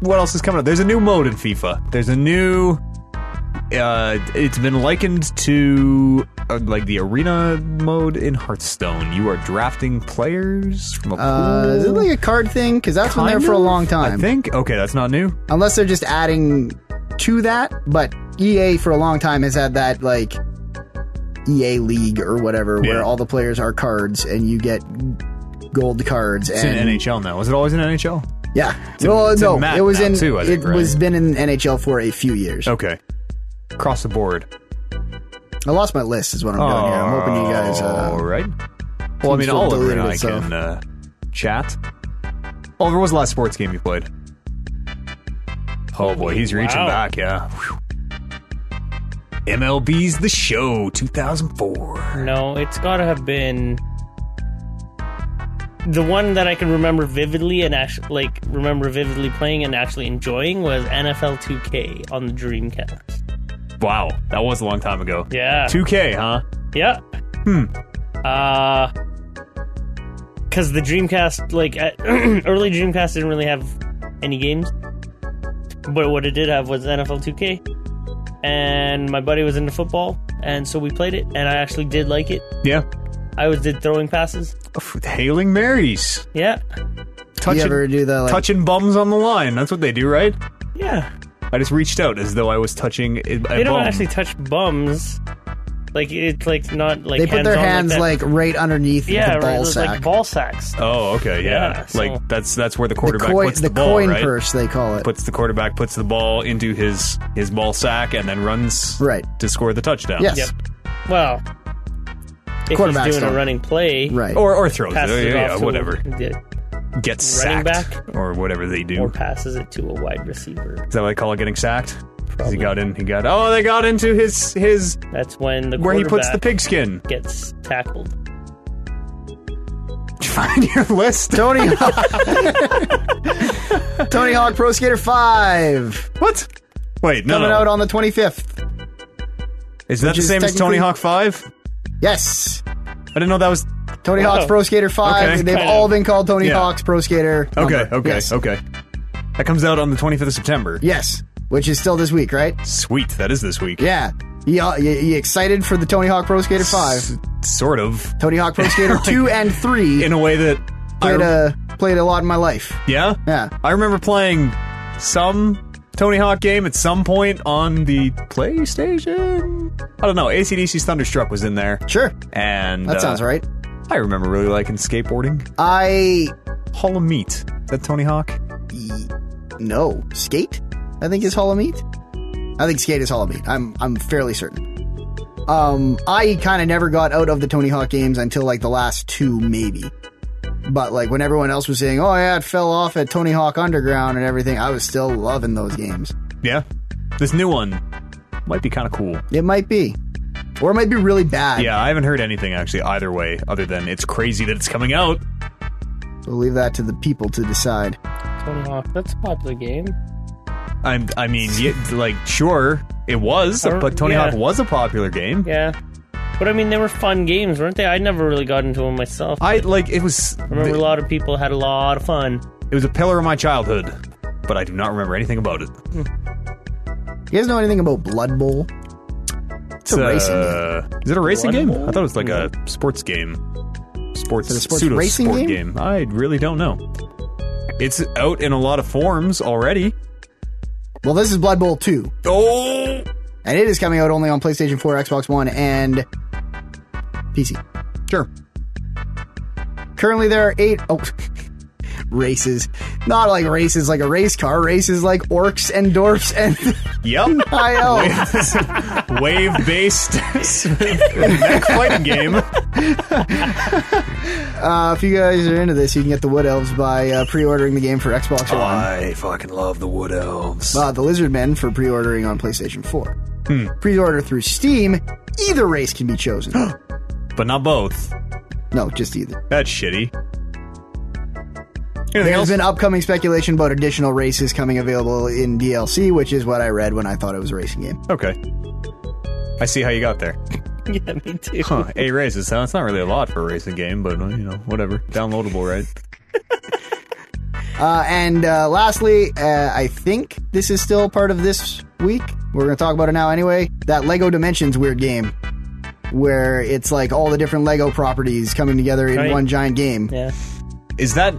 what else is coming up? There's a new mode in FIFA. There's a new. Uh, it's been likened to uh, like the arena mode in Hearthstone. You are drafting players from a pool. Uh, is it like a card thing? Because that's been there Kind for a of, long I time. think. Okay, that's not new. unless they're just adding to that. But EA for a long time has had that like EA League or whatever, Yeah. where all the players are cards and you get gold cards. It's and in NHL now. Was it always in NHL? yeah, well, it's in no, Madden it was now, in too, I think, it right? Oh. was been in NHL for a few years. Okay. Across the board. I lost my list, is what I'm doing here. I'm hoping you guys. all Uh, right. Well, I mean, still Oliver and deleted I it, so- can uh, chat. Oliver, what was the last sports game you played? Oh boy, he's reaching Wow. back. Yeah. Whew. MLB's the show 2004. No, it's got to have been the one that I can remember vividly and actually like remember vividly playing and actually enjoying was NFL 2K on the Dreamcast. Wow, that was a long time ago. Yeah. 2K, huh? yeah. Hmm. Uh cuz the Dreamcast like at- early Dreamcast didn't really have any games. But what it did have was NFL 2K. And my buddy was into football, and so we played it and I actually did like it. Yeah. I was did throwing passes. Oof, Hailing Marys. Yeah. you Touching, ever do the like? touching bums on the line. That's what they do, right? Yeah. I just reached out as though I was touching a, a They don't bum. actually touch bums. Like it's like not like they put their hands-on hands that. like, right underneath yeah the ball right, sack, like ball sacks. Oh, okay, yeah. Yeah, so- Like that's that's where the the, quarterback coin, puts the, the ball, coin right? purse they call it. Puts the quarterback puts the ball into his his ball sack and then runs Right. to score the touchdown. Yes, Yep. Well, if he's Quarterbacks doing a don't. running play, right. Or or throws it. passes it Yeah, off yeah, to whatever. the- Gets running sacked back. or whatever they do. or passes it to a wide receiver. Is that what they call it getting sacked? 'Cause Probably. He got in. He got. Oh, they got into his his That's when the where he puts the quarterback pigskin. gets tackled. Find your list. Tony Hawk. Tony Hawk Pro Skater 5 What? Wait, no, coming no. out on the 25th. is that which the is same as Tony technically- Hawk Five? Yes. I didn't know that was. Tony Wow. Hawk's Pro Skater 5. Okay. They've Kind all of. been called Tony Yeah. Hawk's Pro Skater. Okay, number. okay, Yes. okay. That comes out on the 25th of September. Yes. Which is still this week, right? Sweet, that is this week. Yeah. You, you, you excited for the Tony Hawk Pro Skater 5? S- sort of. Tony Hawk Pro Skater 2 and 3 in a way that I, uh, played, a, played played a lot in my life. Yeah, Yeah. I remember playing some Tony Hawk game at some point on the PlayStation. I don't know. ACDC's Thunderstruck was in there, Sure. and That uh, sounds right. I remember really liking skateboarding. I Hall of Meat. Is that Tony Hawk? y- no skate. I think is Hollow Meat. I think skate is Hollow Meat. I'm I'm fairly certain. Um, I kind of never got out of the Tony Hawk games until like the last two, maybe. But like when everyone else was saying, "Oh yeah, it fell off at Tony Hawk Underground and everything," I was still loving those games. Yeah. This new one might be kind of cool. It might be, or it might be really bad. Yeah, I haven't heard anything actually either way, other than it's crazy that it's coming out. We'll leave that to the people to decide. Tony Hawk, that's a popular game. I'm, I mean, yeah, like, sure, it was, Or- but Tony yeah. Hawk was a popular game. Yeah. But I mean, they were fun games, weren't they? I never really got into them myself. I like it was. I remember a lot of people had a lot of fun. It was a pillar of my childhood, but I do not remember anything about it. You guys know anything about Blood Bowl? It's a racing uh, game. game. Is it a racing Blood game? Bowl? I thought it was like a sports game. Sports, Is it a sports pseudo racing sport game? game. I really don't know. It's out in a lot of forms already. Well, this is Blood Bowl 2, Oh, and it is coming out only on PlayStation 4, Xbox One, and PC. sure. Currently, there are eight. Oh. Races, not like races like a race car. Races like orcs and dwarfs and Yep. high elves. wave based mech fighting game. Uh, if you guys are into this, you can get the wood elves by uh, pre-ordering the game for Xbox One. fucking love the Wood Elves. Uh, the lizard men for pre-ordering on PlayStation 4. Pre-order through Steam. Either race can be chosen. But not both. no, just either. That's shitty. Anything There's else? been upcoming speculation about additional races coming available in DLC, which is what I read when I thought it was a racing game. okay. I see how you got there. yeah, me too. Huh, eight races. Huh? That's not really a lot for a racing game, but uh, you know, whatever. Downloadable, right? Uh, and uh, lastly, uh, I think this is still part of this week. We're going to talk about it now anyway. That Lego Dimensions weird game, where it's like all the different Lego properties coming together in Right. one giant game. Yeah. Is that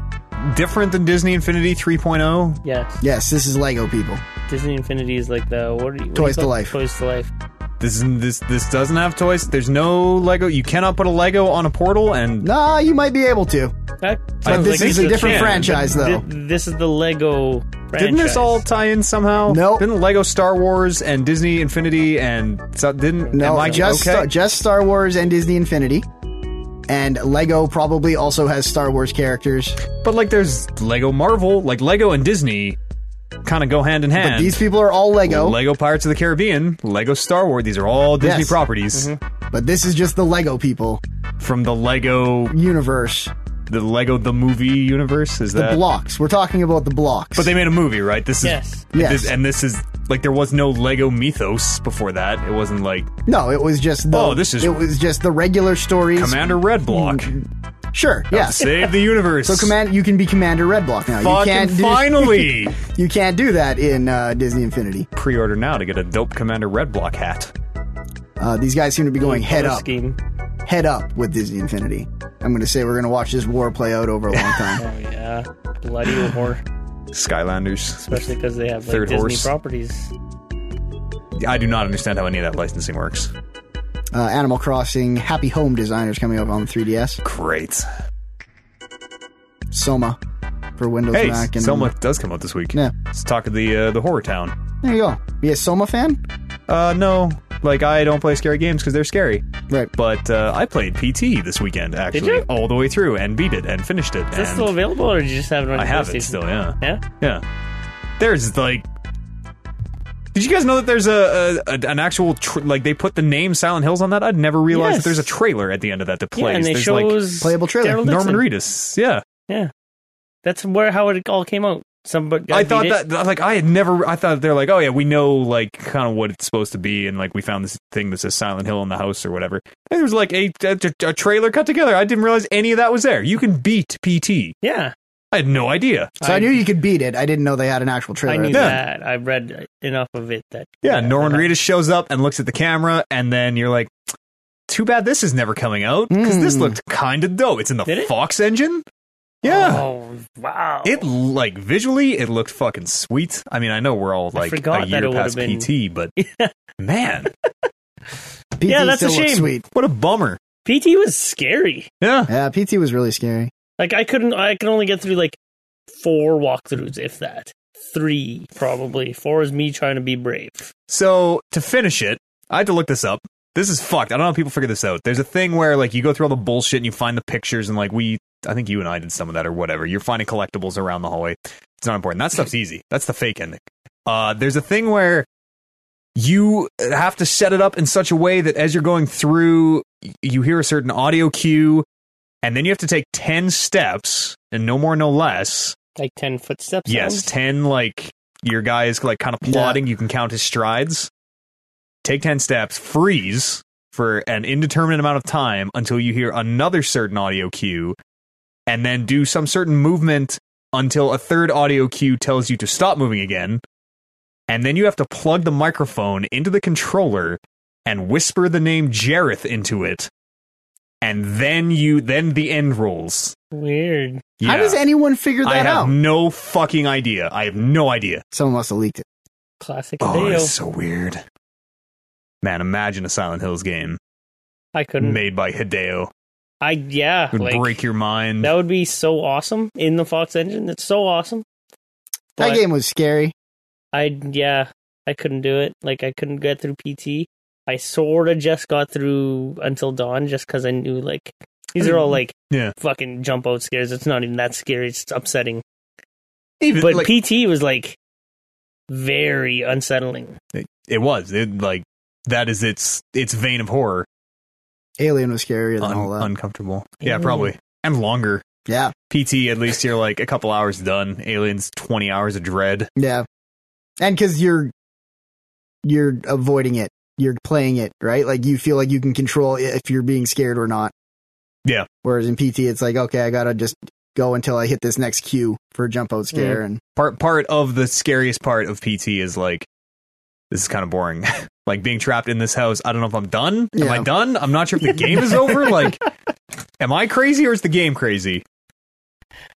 different than Disney Infinity oh? 3.0? Yeah. Yes, this is Lego people. Disney Infinity is like the what? Are you, what do Toys you to call it? life. Toys to life. This isn't- this this doesn't have toys. There's no Lego. You cannot put a Lego on a portal, and Nah, you might be able to. That But sounds This Like is you a can, different but franchise, though. Thi- this is the Lego. Franchise. didn't this all tie in somehow? Nope. Didn't Lego Star Wars and Disney Infinity and so, didn't? No, am I just okay? Star, just Star Wars and Disney Infinity. And Lego probably also has Star Wars characters. But like, there's Lego Marvel, like Lego and Disney, kind of go hand in hand. But these people are all Lego, Lego Pirates of the Caribbean, Lego Star Wars, these are all Disney Yes. Mm-hmm. properties but this is just the Lego people from the Lego, universe. the Lego the movie universe. Is The that? blocks. We're talking about the blocks. but they made a movie, right? This is Yes. this- Yes. and this is like there was no Lego Mythos before that. It wasn't like no, it was just the Oh, this is- it was just the regular stories. Commander Red Block, Sure, yes. save the universe. Mm. So command you can be Commander Red Block now. you Fucking can't do, finally! you can't do that in uh, Disney Infinity. Pre-order now to get a dope Commander Red Block hat. Uh, these guys seem to be going head Color up, scheme. head up with Disney Infinity. I'm going to say we're going to watch this war play out over a long time. Oh yeah, bloody war. Skylanders. Especially because they have like Third Disney horse. properties. I do not understand how any of that licensing works. uh, Animal Crossing Happy Home Designers coming up on the 3DS. Great. Soma for Windows, Hey, Mac, and Selma does come out this week. Yeah. Let's talk of the uh, the horror town. There you go. Be a Soma fan, Uh, no. Like, I don't play scary games because they're scary. right? But uh, I played PT this weekend, actually, you? all the way through and beat it and finished it. Is this and still available, or do you just have it on I your have it PlayStation? still, yeah. Yeah. Yeah. There's, like. Did you guys know that there's a, a an actual tr like they put the name Silent Hills on that? I'd never realized Yes. that there's a trailer at the end of that that plays. Yeah, and they there's like shows playable trailer. Daryl Dixon. Norman Reedus. Yeah, That's where how it all came out. Somebody I thought that like I had never. I thought they're like, oh yeah, we know like kind of what it's supposed to be, and like we found this thing that says Silent Hill in the house or whatever. And there was like a, a, a trailer cut together. I didn't realize any of that was there. You can beat PT. Yeah, I had no idea. So I, knew you could beat it. I didn't know they had an actual I trailer. knew Yeah. that. I read enough of it that Yeah, Norman that- Reedus shows up and looks at the camera, and then you're like, too bad this is never coming out because this Mm. looked kind of dope. It's in the Did it? Fox engine. Yeah. Oh wow. It like visually, it looked fucking sweet. I mean, I know we're all I like forgot a that year it would've past been- PT, but man, PT Yeah, that's a still looks shame. Sweet. what a bummer. PT was scary. Yeah, Yeah, PT was really scary. Like I couldn't. I could only get through like four walkthroughs, if that. Three probably. Four is me trying to be brave. So to finish it, I had to look this up. This is fucked. I don't know if people figure this out. There's a thing where like you go through all the bullshit and you find the pictures and like we I think you and I did some of that or whatever. You're finding collectibles around the hallway. It's not important. That stuff's easy. That's the fake ending. Uh there's a thing where you have to set it up in such a way that as you're going through y- you hear a certain audio cue and then you have to take 10 steps and no more no less Like ten footsteps. Yes, sounds? ten. Like your guy is like kind of Yeah. plodding. You can count his strides. Take ten steps. Freeze for an indeterminate amount of time until you hear another certain audio cue, and then do some certain movement until a third audio cue tells you to stop moving again. And then you have to plug the microphone into the controller and whisper the name Jareth into it. And then you then the end rolls. Weird. How does anyone figure I that have out? no fucking idea. I have no idea. Someone must have leaked it. Classic Oh, video. it's so weird. Man, imagine a Silent Hills game I couldn't. made by Hideo. I yeah. It would like, break your mind. That would be so awesome in the Fox engine. It's so awesome. But that game was scary. I yeah, I couldn't do it. Like I couldn't get through PT. I sort of just got through until dawn just cuz I knew like these are all like Yeah. fucking jump out scares. It's not even that scary. It's just upsetting. Even But like, PT was like very unsettling. it was. It like that is its its vein of horror. Alien was scarier than Un- all that. uncomfortable. Yeah. Yeah, probably. And longer. yeah, PT at least you're like a couple hours done. Aliens twenty hours of dread. yeah. And because you're you're avoiding it, you're playing it right. Like you feel like you can control i- if you're being scared or not. Yeah. Whereas in PT, it's like okay, I gotta just go until I hit this next cue for a jump out scare, Mm. and Part part of the scariest part of PT is like this is kind of boring. like being trapped in this house. I don't know if I'm done. Am Yeah. I done? I'm not sure if the game is over. Like, am I crazy or is the game crazy?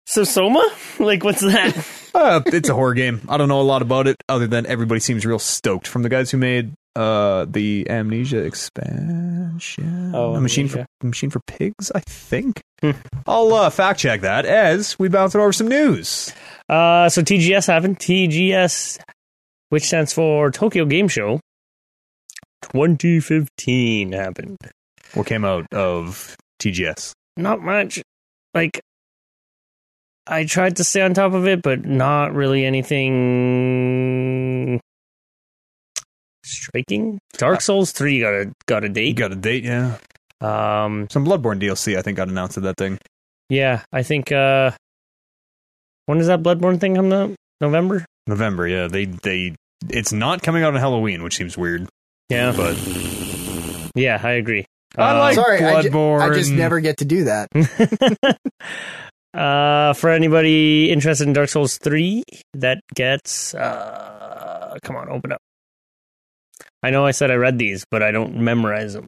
So Soma? Like what's that? Uh, it's a horror game. I don't know a lot about it other than everybody seems real stoked from the guys who made uh the Amnesia expansion. Oh, a machine for Amnesia. machine for pigs, I think. Hmm. I'll uh, fact check that as we bounce it over some news. Uh, so TGS happened. TGS, which stands for Tokyo Game Show, 2015 happened. What came out of TGS? Not much. Like, I tried to stay on top of it, but not really anything striking. Uh, Dark Souls 3 got a got a You date. got a date, yeah. Um, Some Bloodborne DLC I think got announced at that thing. yeah, I think. Uh, when does that Bloodborne thing come out? November. November, yeah. They they it's not coming out on Halloween, which seems weird. Yeah, But yeah, I agree. Um, I like sorry, I ju- Uh, Bloodborne. I just never get to do that. uh, for anybody interested in Dark Souls 3, that gets. Uh, come on, open up. I know I said I read these, but I don't memorize them.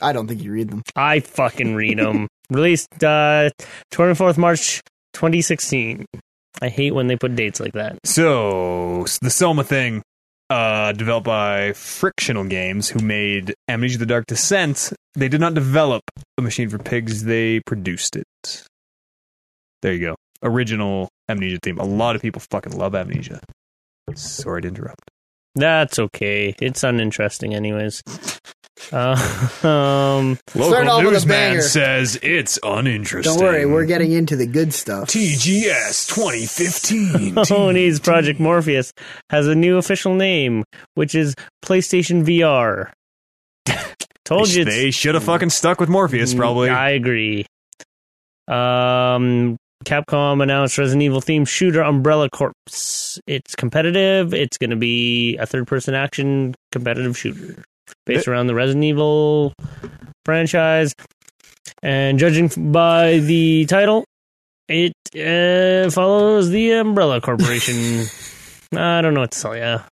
I don't think you read them. I fucking read them. Released uh, 24th March 2016. I hate when they put dates like that. So s- the Soma thing, uh, developed by Frictional Games, who made Amnesia: The Dark Descent, they did not develop a machine for pigs; they produced it. There you go. Original Amnesia theme. A lot of people fucking love Amnesia. Sorry to interrupt. That's okay. It's uninteresting, anyways. Uh, um, Start off with a banger. says it's uninteresting. Don't worry, we're getting into the good stuff. TGS 2015. Oh, Sony's Project Morpheus has a new official name, which is PlayStation VR. Told you. it's- They should have fucking stuck with Morpheus, Mm, probably. Mm, I agree. Um, Capcom announced Resident Evil theme shooter Umbrella Corpse. It's competitive. It's going to be a third-person action competitive shooter based around the Resident Evil franchise. And judging f- by the title, it uh, follows the Umbrella Corporation. I don't know what to tell you.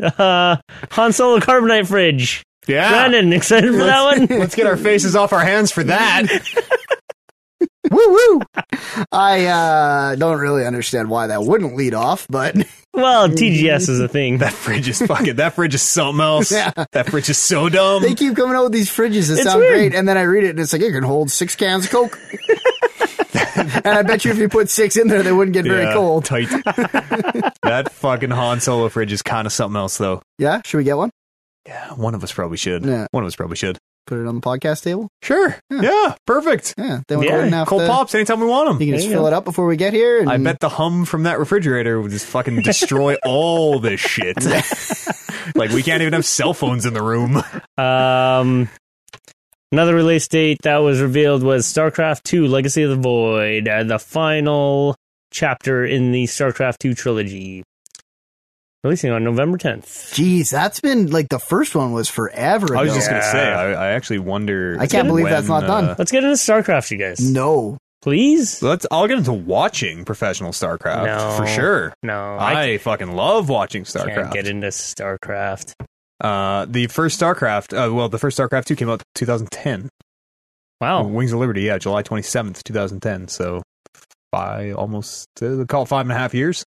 Uh, Han Solo Carbonite Fridge. yeah. Brandon, excited for that one? Let's get our faces off our hands for that. woo woo. I uh, don't really understand why that wouldn't lead off, but Well, TGS is a thing. That fridge is fucking. that fridge is something else. Yeah. That fridge is so dumb. they keep coming out with these fridges that It's sound weird. great, and then I read it and it's like it can hold six cans of Coke. and I bet you if you put six in there, they wouldn't get very Yeah, cold. Tight. that fucking Han Solo fridge is kind of something else, though. Yeah, should we get one? Yeah, one of us probably should. Yeah. One of us probably should. Put it on the podcast table. Sure. Yeah. perfect. Yeah, then we Yeah, wouldn't have Cold to- pops anytime we want You them. can There just you fill go. it up before we get here. And I bet the hum from that refrigerator would just fucking destroy all this shit. like we can't even have cell phones in the room. Um, another release date that was revealed was StarCraft II: Legacy of the Void, uh, the final chapter in the StarCraft II trilogy, releasing on November 10th. Jeez, that's been like the first one was forever ago. I was just gonna Yeah. say. I, I actually wonder. uh, I can't believe that's not done. Let's get into StarCraft, you guys. no. Please. Let's. I'll get into watching professional StarCraft No. for sure. No, I, Oh, I, fucking love watching can't StarCraft. get into StarCraft. Uh, the first StarCraft, uh, well, the first StarCraft 2 came out 2010. Wow. Wings of Liberty, yeah, July 27th, 2010. So by almost, uh, call it five and a half years.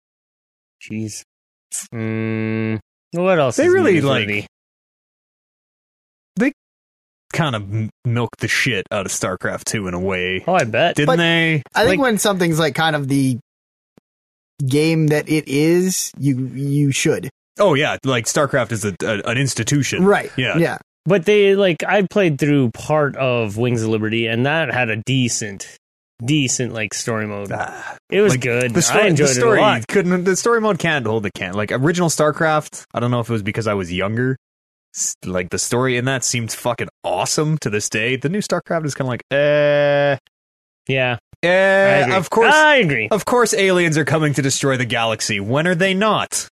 Jeez. Mm, what else? They is really, newsworthy? like, Kind of m- milked the shit out of StarCraft 2 in a way. Oh, I bet. Didn't But- they? I think Like, when something's like kind of the game that it is, you you should. oh, yeah, like StarCraft is a, a, an institution. Right. Yeah. Yeah. But they like I played through part of Wings of Liberty, and that had a decent, decent like story mode. Ah, It was like, good. the story, I enjoyed the story it a lot. couldn't the story mode can't hold the can like original StarCraft. I don't know if it was because I was younger. s- Like the story in that seemed fucking awesome to this day. The new StarCraft is kind of like, eh, Yeah, I eh. agree. Ah! Of course, I agree. of course, aliens are coming to destroy the galaxy. When are they not?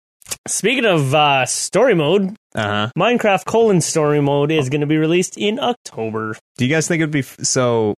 Speaking of uh, story mode, Uh huh. Minecraft colon story mode is going to be released in October. Do you guys think it'd be f- so?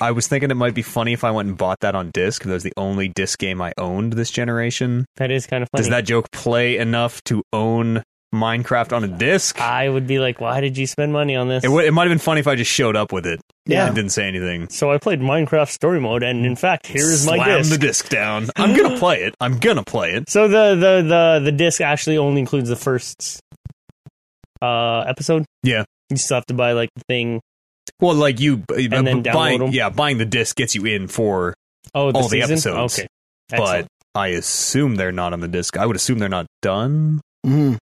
I was thinking it might be funny if I went and bought that on disc. 'cause That was the only disc game I owned this generation. That is kind of funny. Does that joke play enough to own Minecraft Ah. on a disc? I would be like, why did you spend money on this? It, would, it might have been funny if I just showed up with it. Yeah. And didn't say anything. so I played Minecraft story mode, and in fact, here is my Slam disc. the disc down. I'm gonna play it. I'm gonna play it. so the, the the the disc actually only includes the first uh episode. Yeah. you still have to buy like the thing. Well, like you, And then buying, download 'em. yeah, buying the disc gets you in for, Oh, the All the season? episodes. Okay, Excellent. but I assume they're not on the disc. I would assume they're not done Mhm.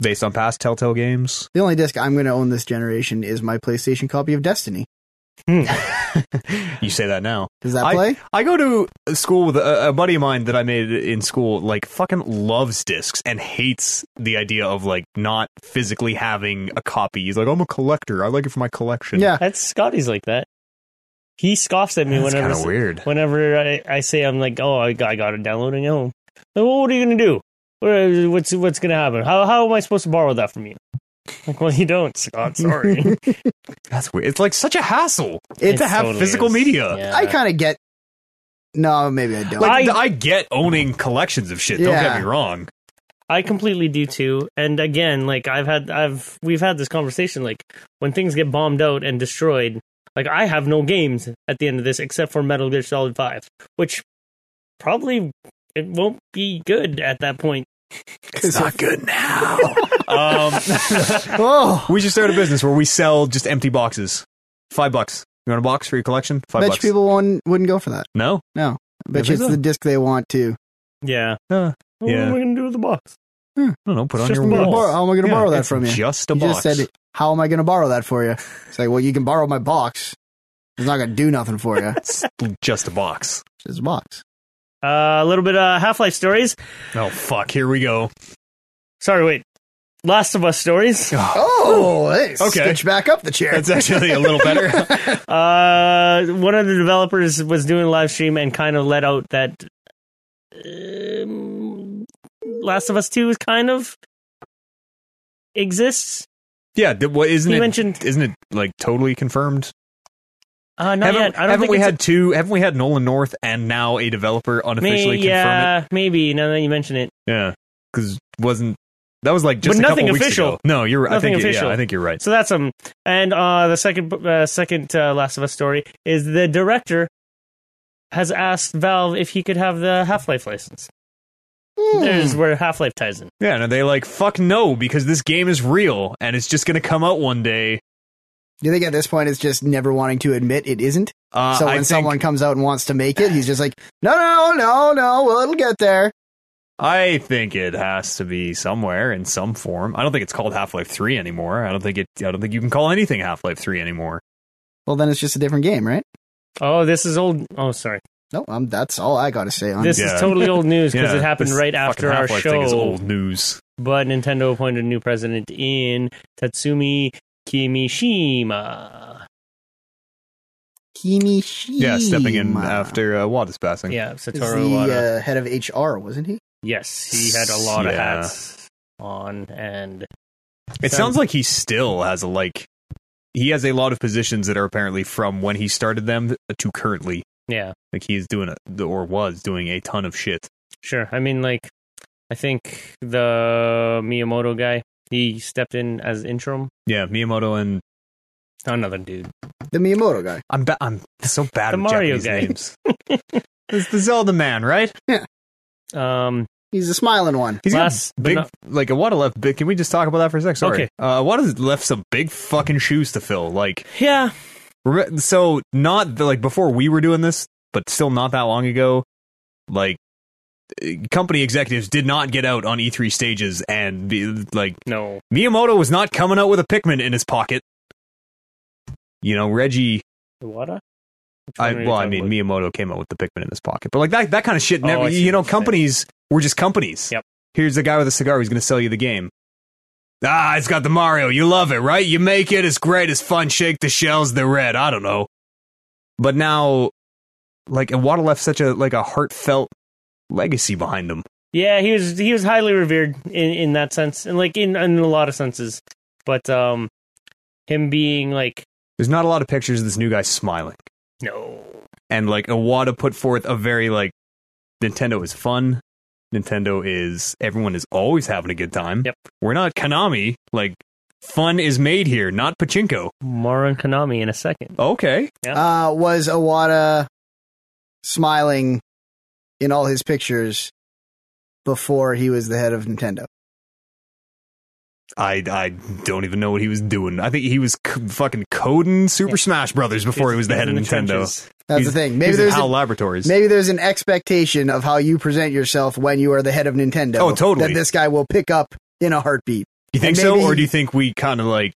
based on past Telltale games. The only disc I'm going to own this generation is my PlayStation copy of Destiny. you say that now. Does that play? I go to a school with a, a buddy of mine that I made in school. Like fucking loves discs and hates the idea of like not physically having a copy. He's like, I'm a collector. I like it for my collection. Yeah. That's Scotty's like that. He scoffs at me That's whenever kind of weird. whenever I, I say I'm like, oh, I, got- I got it downloading at home. Like, well, what are you gonna do? What- What's what's gonna happen? How how am I supposed to borrow that from you? Like, well, you don't, Scott. Sorry. That's weird. It's like such a hassle It's to have totally physical is. media. Yeah. I kind of get. No, maybe I don't. Like I- th- I, get owning collections of shit. Don't Yeah. get me wrong. I completely do too. And again, like I've had I've we've had this conversation like when things get bombed out and destroyed, like I have no games at the end of this except for Metal Gear Solid 5, which probably it won't be good at that point. It's not good now. um, oh, we should start a business where we sell just empty boxes. Five bucks. You want a box for your collection? Five bet bucks. you people wouldn't, wouldn't go for that. no. Bet think you it's so. the disc they want to. Yeah. Uh, What Yeah. am I gonna do with the box? I don't know. Put It's on just your a wall. little Gonna borrow- how am I going to Yeah, borrow that it's from you? Just a you box. just said, "How am I going to borrow that for you?" It's like, well, you can borrow my box. It's not going to do nothing for you. it's just a box. just a box. Uh, a little bit of Half Life stories. Oh fuck! Here we go. Sorry, wait. Last of Us stories. Oh, hey, Okay. Switch back up the chair. That's actually a little better. Uh, one of the developers was doing a live stream and kind of let out that um, Last of Us Two is kind of exists. yeah. th- what isn't He it? mentioned isn't it like totally confirmed? uh, not haven't yet. I don't haven't think we it's had two? Haven't we had Nolan North and now a developer a, may, unofficially confirm yeah, maybe. Now that you mention it, it? Yeah, because wasn't that was like just But a couple nothing weeks official. ago. No, you're. I Nothing think you- official. yeah, I think you're right. so that's um. And uh, the second uh, second uh, Last of Us story is the director has asked Valve if he could have the Half Life license. There's where Half Life ties in. Yeah, and are they like fuck no because this game is real and it's just going to come out one day. Do you think at this point it's just never wanting to admit it isn't? Uh, so I when think- someone comes out and wants to make it, he's just like, no, no, no, no. Well, it'll get there. I think it has to be somewhere in some form. I don't think it's called Half Life Three anymore. I don't think it. I don't think you can call anything Half Life Three anymore. Well, then it's just a different game, right? Oh, this is old. Oh, sorry. No, um, that's all I got to say on This Yeah. is totally old news because Yeah, it happened this right fucking after our Half-Life Thing is show. old news. But Nintendo appointed a new president in Tatsumi Kimishima. Kimishima. Yeah, stepping in after uh, Wada's passing. Yeah, He's Satoru the Iwata. uh, head of HR, wasn't he? yes, he had a lot of Yeah. hats on, and It sounds like he still has a like. He has a lot of positions that are apparently from when he started them to currently. yeah, Like he is doing a, or was doing a ton of shit. sure. I mean, like, I think the Miyamoto guy he stepped in as interim. Yeah, Miyamoto and Another dude. The Miyamoto guy. I'm ba- I'm so bad The with Mario Japanese guy. names. it's the Zelda man, right? Um, He's the smiling one. He's Last got but big, not- like a Wada left. Big, can we just talk about that for a sec? Sorry, Okay. uh, Wada's left some big fucking shoes to fill. Like, yeah, re- so not the, like before we were doing this, but still not that long ago. Like, uh, company executives did not get out on E3 stages, and be, like no, Miyamoto was not coming out with a Pikmin in his pocket. You know, Reggie. Iwata. Which I, one are you well, I talking mean, about? Miyamoto came out with the Pikmin in his pocket, but like that that kind of shit Oh, never. I see you know, what you're saying. companies were just companies. Yep. Here's the guy with a cigar who's going to sell you the game. Ah, it's got the Mario. You love it, right? You make it. It's great. It's fun. Shake the shells. They're red. I don't know. But now, like, Iwata left such a like a heartfelt legacy behind him. Yeah, he was he was highly revered in, in that sense, and like in in a lot of senses. But um, him being like There's not a lot of pictures of this new guy smiling. no, and like Iwata put forth a very like Nintendo is fun. Nintendo is everyone is always having a good time. Yep. We're not Konami. Like fun is made here, not pachinko. more on Konami in a second. Okay. Uh, was Awada smiling in all his pictures before he was the head of Nintendo? I I don't even know what he was doing. I think he was c- fucking coding Super Yeah. Smash Brothers before he was the He's head of in Nintendo. trenches. That's He's- the thing. Maybe He's in there's HAL a, Laboratories. maybe there's an expectation of how you present yourself when you are the head of Nintendo. Oh, totally. That this guy will pick up in a heartbeat. you think and so, maybe- or do you think we kind of like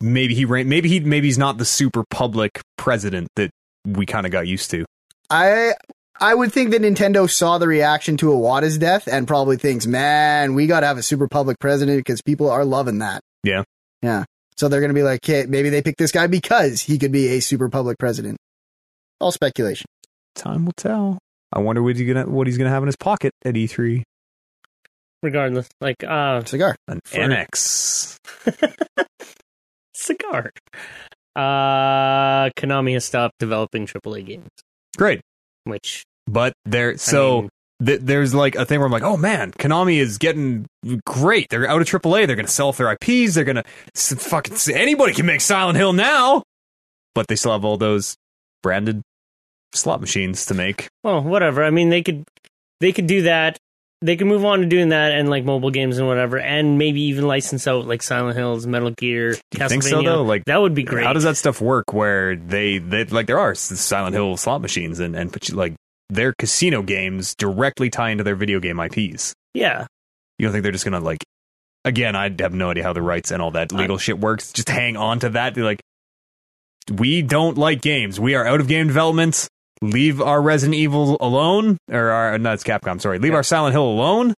maybe he ran, maybe he maybe he's not the super public president that we kind of got used to. I I would think that Nintendo saw the reaction to Awada's death and probably thinks, man, we got to have a super public president because people are loving that. Yeah. Yeah. So they're going to be like, okay, maybe they picked this guy because he could be a super public president. All speculation. time will tell. I wonder what he's gonna what he's gonna have in his pocket at E E3. Regardless, like uh, Cigar. An Fair. annex. cigar. Uh, Konami has stopped developing AAA games, Great, which but there. I So mean, th- there's like a thing where I'm like, oh man, Konami is getting great. They're out of AAA. They're gonna sell off their IPs. They're gonna s- fucking s- anybody can make Silent Hill now. But they still have all those branded slot machines to make. well, whatever. I mean, they could they could do that. They could move on to doing that and like mobile games and whatever, and maybe even license out like Silent Hills, Metal Gear, You think so Castlevania. though? Like. That would be great. How does that stuff work? Where they, they like there are s- Silent Hill slot machines and and but you- like their casino games directly tie into their video game IPs. yeah. You don't think they're just gonna like? Again, I have no idea how the rights and all that legal shit works. Just hang on to that. They're like, we don't like games. We are out of game development. Leave our Resident Evil alone, or our no, it's Capcom. Sorry, leave Yeah. our Silent Hill alone.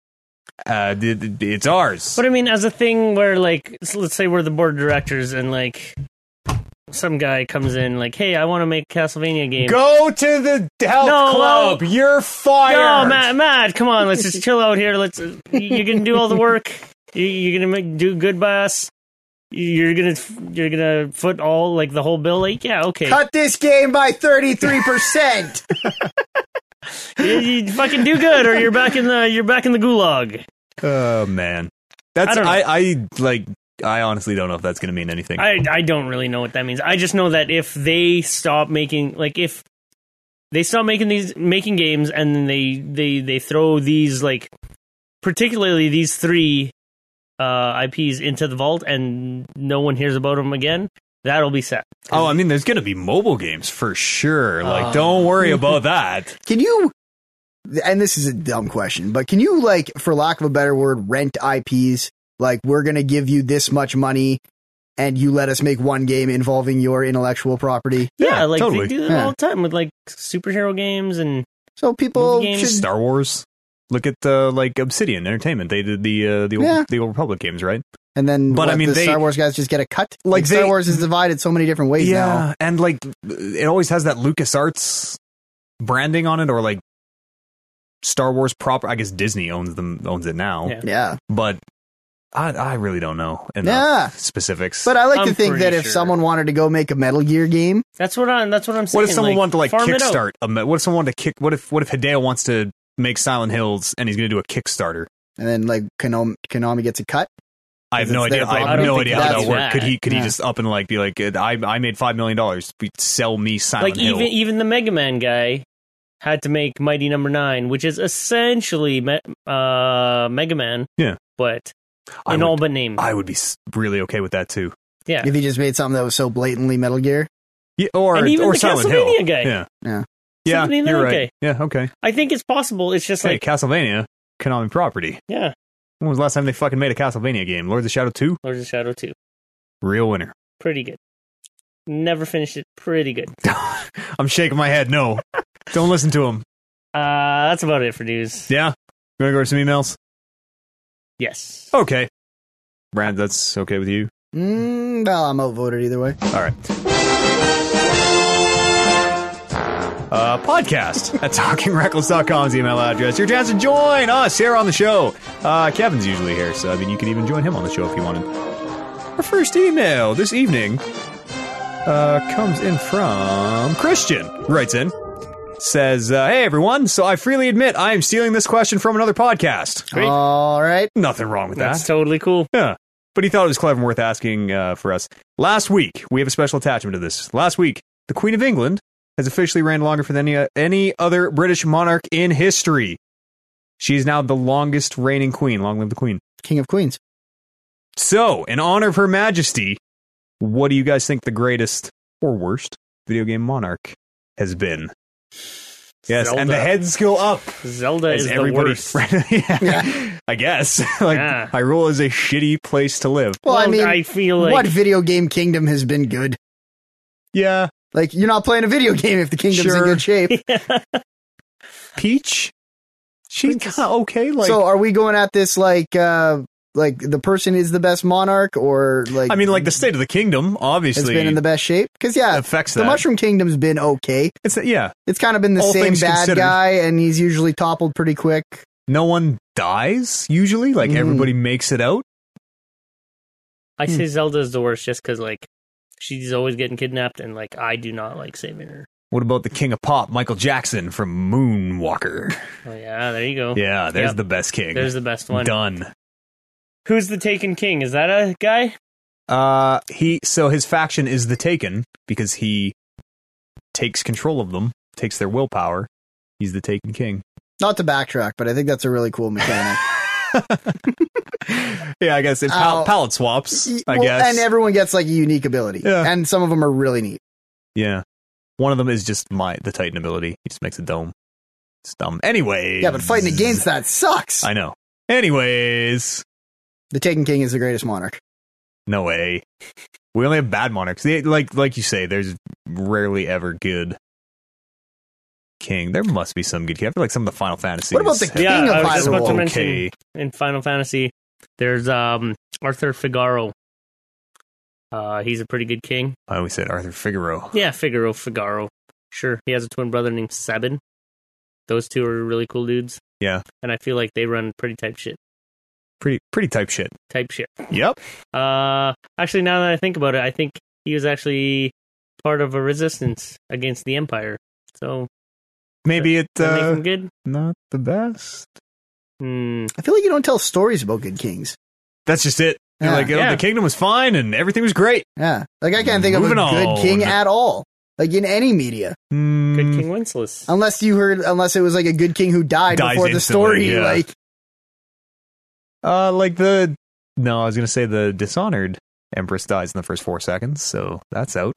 Uh, th- th- it's ours. But I mean, as a thing where, like, so let's say we're the board of directors and, like, some guy comes in, like, hey, I want to make a Castlevania game. Go to the health No, club. You're fired. No, "Oh, Matt, Matt, come on, let's just chill out here. Let's. you- You're gonna do all the work. You- You're gonna make, do good by us. You're gonna you're gonna foot all like the whole bill. Like, yeah, okay, Cut this game by 33%. you, you fucking do good, or you're back in the you're back in the gulag. Oh man, that's I don't know. I, I, like I honestly don't know if that's gonna mean anything. I I don't really know what that means. I just know that if they stop making like if they start making these making games and then they they they throw these like particularly these three uh IPs into the vault and no one hears about them again. That'll be sad. Oh, I mean, there's going to be mobile games for sure. Like, Oh. don't worry about that. Can you? And this is a dumb question, but can you like, for lack of a better word, rent IPs? Like, we're gonna give you this much money, and you let us make one game involving your intellectual property. Yeah, Yeah, like totally. they do that Yeah. all the time with like superhero games and So people Movie games. should Star Wars. Look at uh, like Obsidian Entertainment. They did the uh, the old, Yeah. the old Republic games, right? And then, But, what, I mean, the they- Star Wars guys just get a cut. Like, Like, Star they- Mm. Wars is divided so many different ways yeah, now. and like it always has that LucasArts branding on it, or like Star Wars proper. I guess Disney owns them owns it now, Yeah. Yeah, but I I really don't know enough yeah. specifics. But I like to I'm think that pretty if sure. someone wanted to go make a Metal Gear game, that's what I'm that's what I'm saying. what if someone wanted to like farm it out. kickstart? A, me- what if someone wanted to kick? What if what if Hideo wants to make Silent Hills and he's going to do a Kickstarter? and then like Konami, Konami gets a cut. I have Because no it's idea. I their problem. have I don't no think idea how that that's worked. Could that. he? Could he Yeah. just up and like be like, uh, I, I made five million dollars. Sell me Silent like Hill. even even the Mega Man guy had to make Mighty Number Nine, which is essentially me- uh, Mega Man. Yeah. but I in would, all but name. I would be s- really okay with that too. yeah, If he just made something that was so blatantly Metal Gear, Yeah, or And even or the Silent Castlevania Hill. guy. Yeah, Yeah. yeah. Something in You're that right. guy. Yeah, okay. I think it's possible. It's just Hey, like Castlevania, Konami property. yeah, When was the last time they fucking made a Castlevania game? Lords of Shadow Two, Lords of Shadow Two, real winner. pretty good. Never finished it. Pretty good. I'm shaking my head. No, don't listen to him. Uh, that's about it for news. Yeah, you want to go to some emails? Yes. Okay, Brad, that's okay with you. mm, well, I'm outvoted either way. All right. Uh, podcast at talkingreckless.com's email address. Your chance to join us here on the show. Uh, Kevin's usually here, so I mean, you could even join him on the show if you wanted. Our first email this evening uh, comes in from Christian. Writes in, says, uh, "Hey everyone, so I freely admit I am stealing this question from another podcast. Uh, Great. All right, Nothing wrong with that. That's totally cool. Yeah. But he thought it was clever and worth asking uh, for us. Last week, we have a special attachment to this. Last week, the Queen of England has officially reigned longer than any, any other British monarch in history. She is now the longest reigning queen. Long live the queen. King of Queens. So, in honor of Her Majesty, what do you guys think the greatest or worst video game monarch has been? Yes, and the Zelda. heads go up Zelda as is the everybody. worst. yeah, Yeah. I guess. like, Yeah. Hyrule is a shitty place to live. Well, I mean, feel like what video game kingdom has been good? Yeah, Like, you're not playing a video game if the kingdom's in Sure. good shape. Peach. She's Princess- kind of okay. Like, so, are we going at this like, uh like the person is the best monarch, or like I mean, like the state of the kingdom has obviously been in the best shape? Because yeah, affects the that. Mushroom Kingdom's been okay. it's yeah, It's kind of been the All same things bad considered. guy, and he's usually toppled pretty quick. no one dies usually. Like Mm. everybody makes it out. I Hmm. say Zelda is the worst just because like she's always getting kidnapped and like I do not like saving her. What about the king of pop, Michael Jackson from Moonwalker? Oh yeah, there you go. Yeah, there's Yep. the best king. There's the best one. Done. Who's the Taken King? Is that a guy? Uh, he so his faction is the Taken because he takes control of them, takes their willpower. He's the Taken King. Not to backtrack, but I think that's a really cool mechanic. Yeah, I guess it pal- Ow. palette swaps. I Uh, Well, guess and everyone gets like a unique ability, Yeah. and some of them are really neat. Yeah. One of them is just my the Titan ability. He just makes a dome. It's dumb. Anyways. Yeah, but fighting against that sucks. I know. Anyways. the Taken King is the greatest monarch. No way. We only have bad monarchs. They, like like you say, there's rarely ever good king. There must be some good king. I feel like some of the Final Fantasies. What about the have king Yeah, of I was some just about to Hyrule? mention- okay- In Final Fantasy, there's um Arthur Figaro. Uh he's a pretty good king. I always said Arthur Figaro. Yeah, Figaro Figaro. Sure. He has a twin brother named Sabin. Those two are really cool dudes. Yeah. And I feel like they run pretty type shit. Pretty pretty type shit. Type shit. Yep. Uh actually now that I think about it, I think he was actually part of a resistance against the Empire. So Maybe it that makes uh, him good? not the best. Hmm. I feel like you don't tell stories about good kings. That's just it. They're Yeah. like, oh, Yeah. the kingdom was fine and everything was great. Yeah, like I can't think of a Moving good king on. at all. like in any media. Hmm. Good King Wenceslas. Unless you heard, unless it was like a good king who died Dies before the instantly, story. yeah. Like Uh, like the no, I was gonna say the dishonored Empress dies in the first four seconds, so that's out.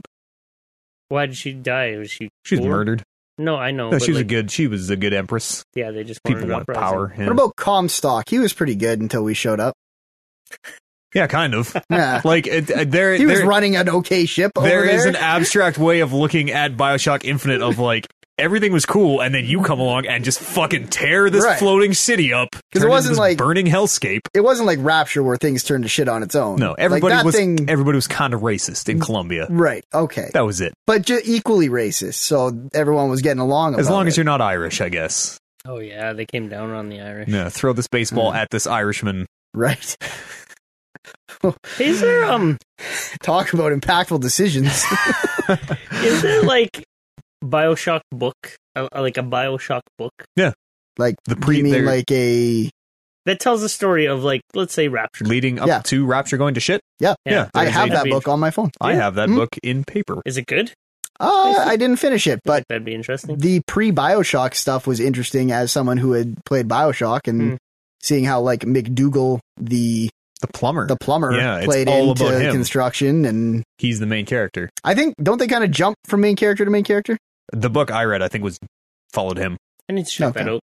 Why did she die? Was she She was bored? murdered. No, I know. No, but she was like, a good. She was a good Empress. Yeah, they just People wanted wanted uprising. power. Yeah. what about Comstock? He was pretty good until we showed up. yeah, kind of. Yeah, like it, it- there, he was there- running an okay ship. Over there there is an abstract way of looking at Bioshock Infinite of like everything was cool, and then you come along and just fucking tear this Right. floating city up 'Cause it turn into wasn't this like- burning hellscape. it wasn't like Rapture where things turned to shit on its own. No, Like, everybody that was thing- everybody was kind of racist Mm. in Colombia. right. Okay, That was it. but ju- equally racist. So everyone was getting along. As about long as it. you're not Irish, I guess. Oh yeah, they came down on the Irish. No, throw this baseball Mm. at this Irishman. right. Is there um? Talk about impactful decisions. Is there like Bioshock book? Uh, uh, like a Bioshock book The you pre mean they're like a? that tells the story of like let's say Rapture. leading up Yeah. to Rapture going to shit. yeah, I there's have a- that book on my phone. I have that Mm. book in paper. Is it good? Uh, I didn't finish it, but that'd be interesting. the pre Bioshock stuff was interesting as someone who had played Bioshock and Hmm. seeing how like McDougal the The plumber. the plumber Yeah, it's played all into about him. construction and He's the main character. I think don't they kind of jump from main character to main character? The book I read, I think, was followed him. I need to check Okay. that out.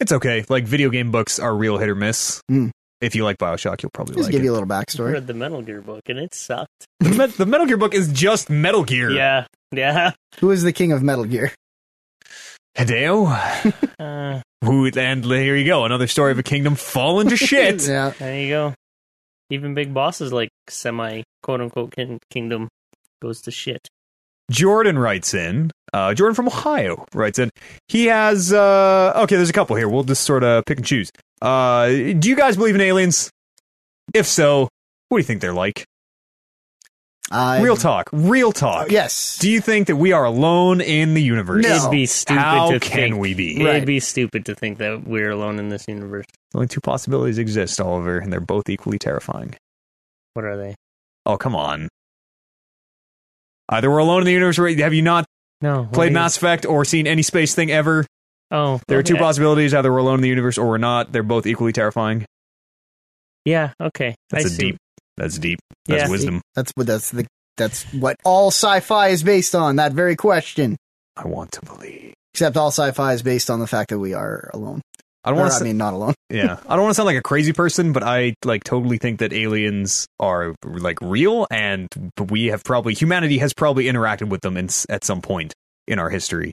It's okay. Like video game books are real hit or miss. Mm. If you like Bioshock, you'll probably Just like give it. you a little I backstory. read the Metal Gear book and it sucked. the, Met- the Metal Gear book is just Metal Gear. Yeah, yeah. Who is the king of Metal Gear? Hideo. Uh, Who and here you go, another story of a kingdom fallen to shit. yeah, there you go. Even Big Boss is like semi quote unquote kin- kingdom goes to shit. Jordan writes in. Uh, Jordan from Ohio writes in. He has uh, okay. There's a couple here. We'll just sort of pick and choose. Uh, do you guys believe in aliens? If so, what do you think they're like? I, Oh, real talk. Real talk. Yes, Do you think that we are alone in the universe? No. It'd be stupid How to can think. we be? Right. It'd be stupid to think that we're alone in this universe. Only two possibilities exist, Oliver, and they're both equally terrifying. What are they? Oh, come on. Either we're alone in the universe, or have you not No. what played are you- Mass Effect or seen any space thing ever? Oh, There are two okay. possibilities. Either we're alone in the universe or we're not. They're both equally terrifying. Yeah. Okay. That's I a see. deep. That's deep. That's Yeah. wisdom. that's what that's the that's what all sci-fi is based on. That very question. I want to believe. Except all sci-fi is based on the fact that we are alone. I don't Or, want I to. mean, not alone. yeah, I don't want to sound like a crazy person, but I like totally think that aliens are like real, and we have probably humanity has probably interacted with them in, s- at some point in our history.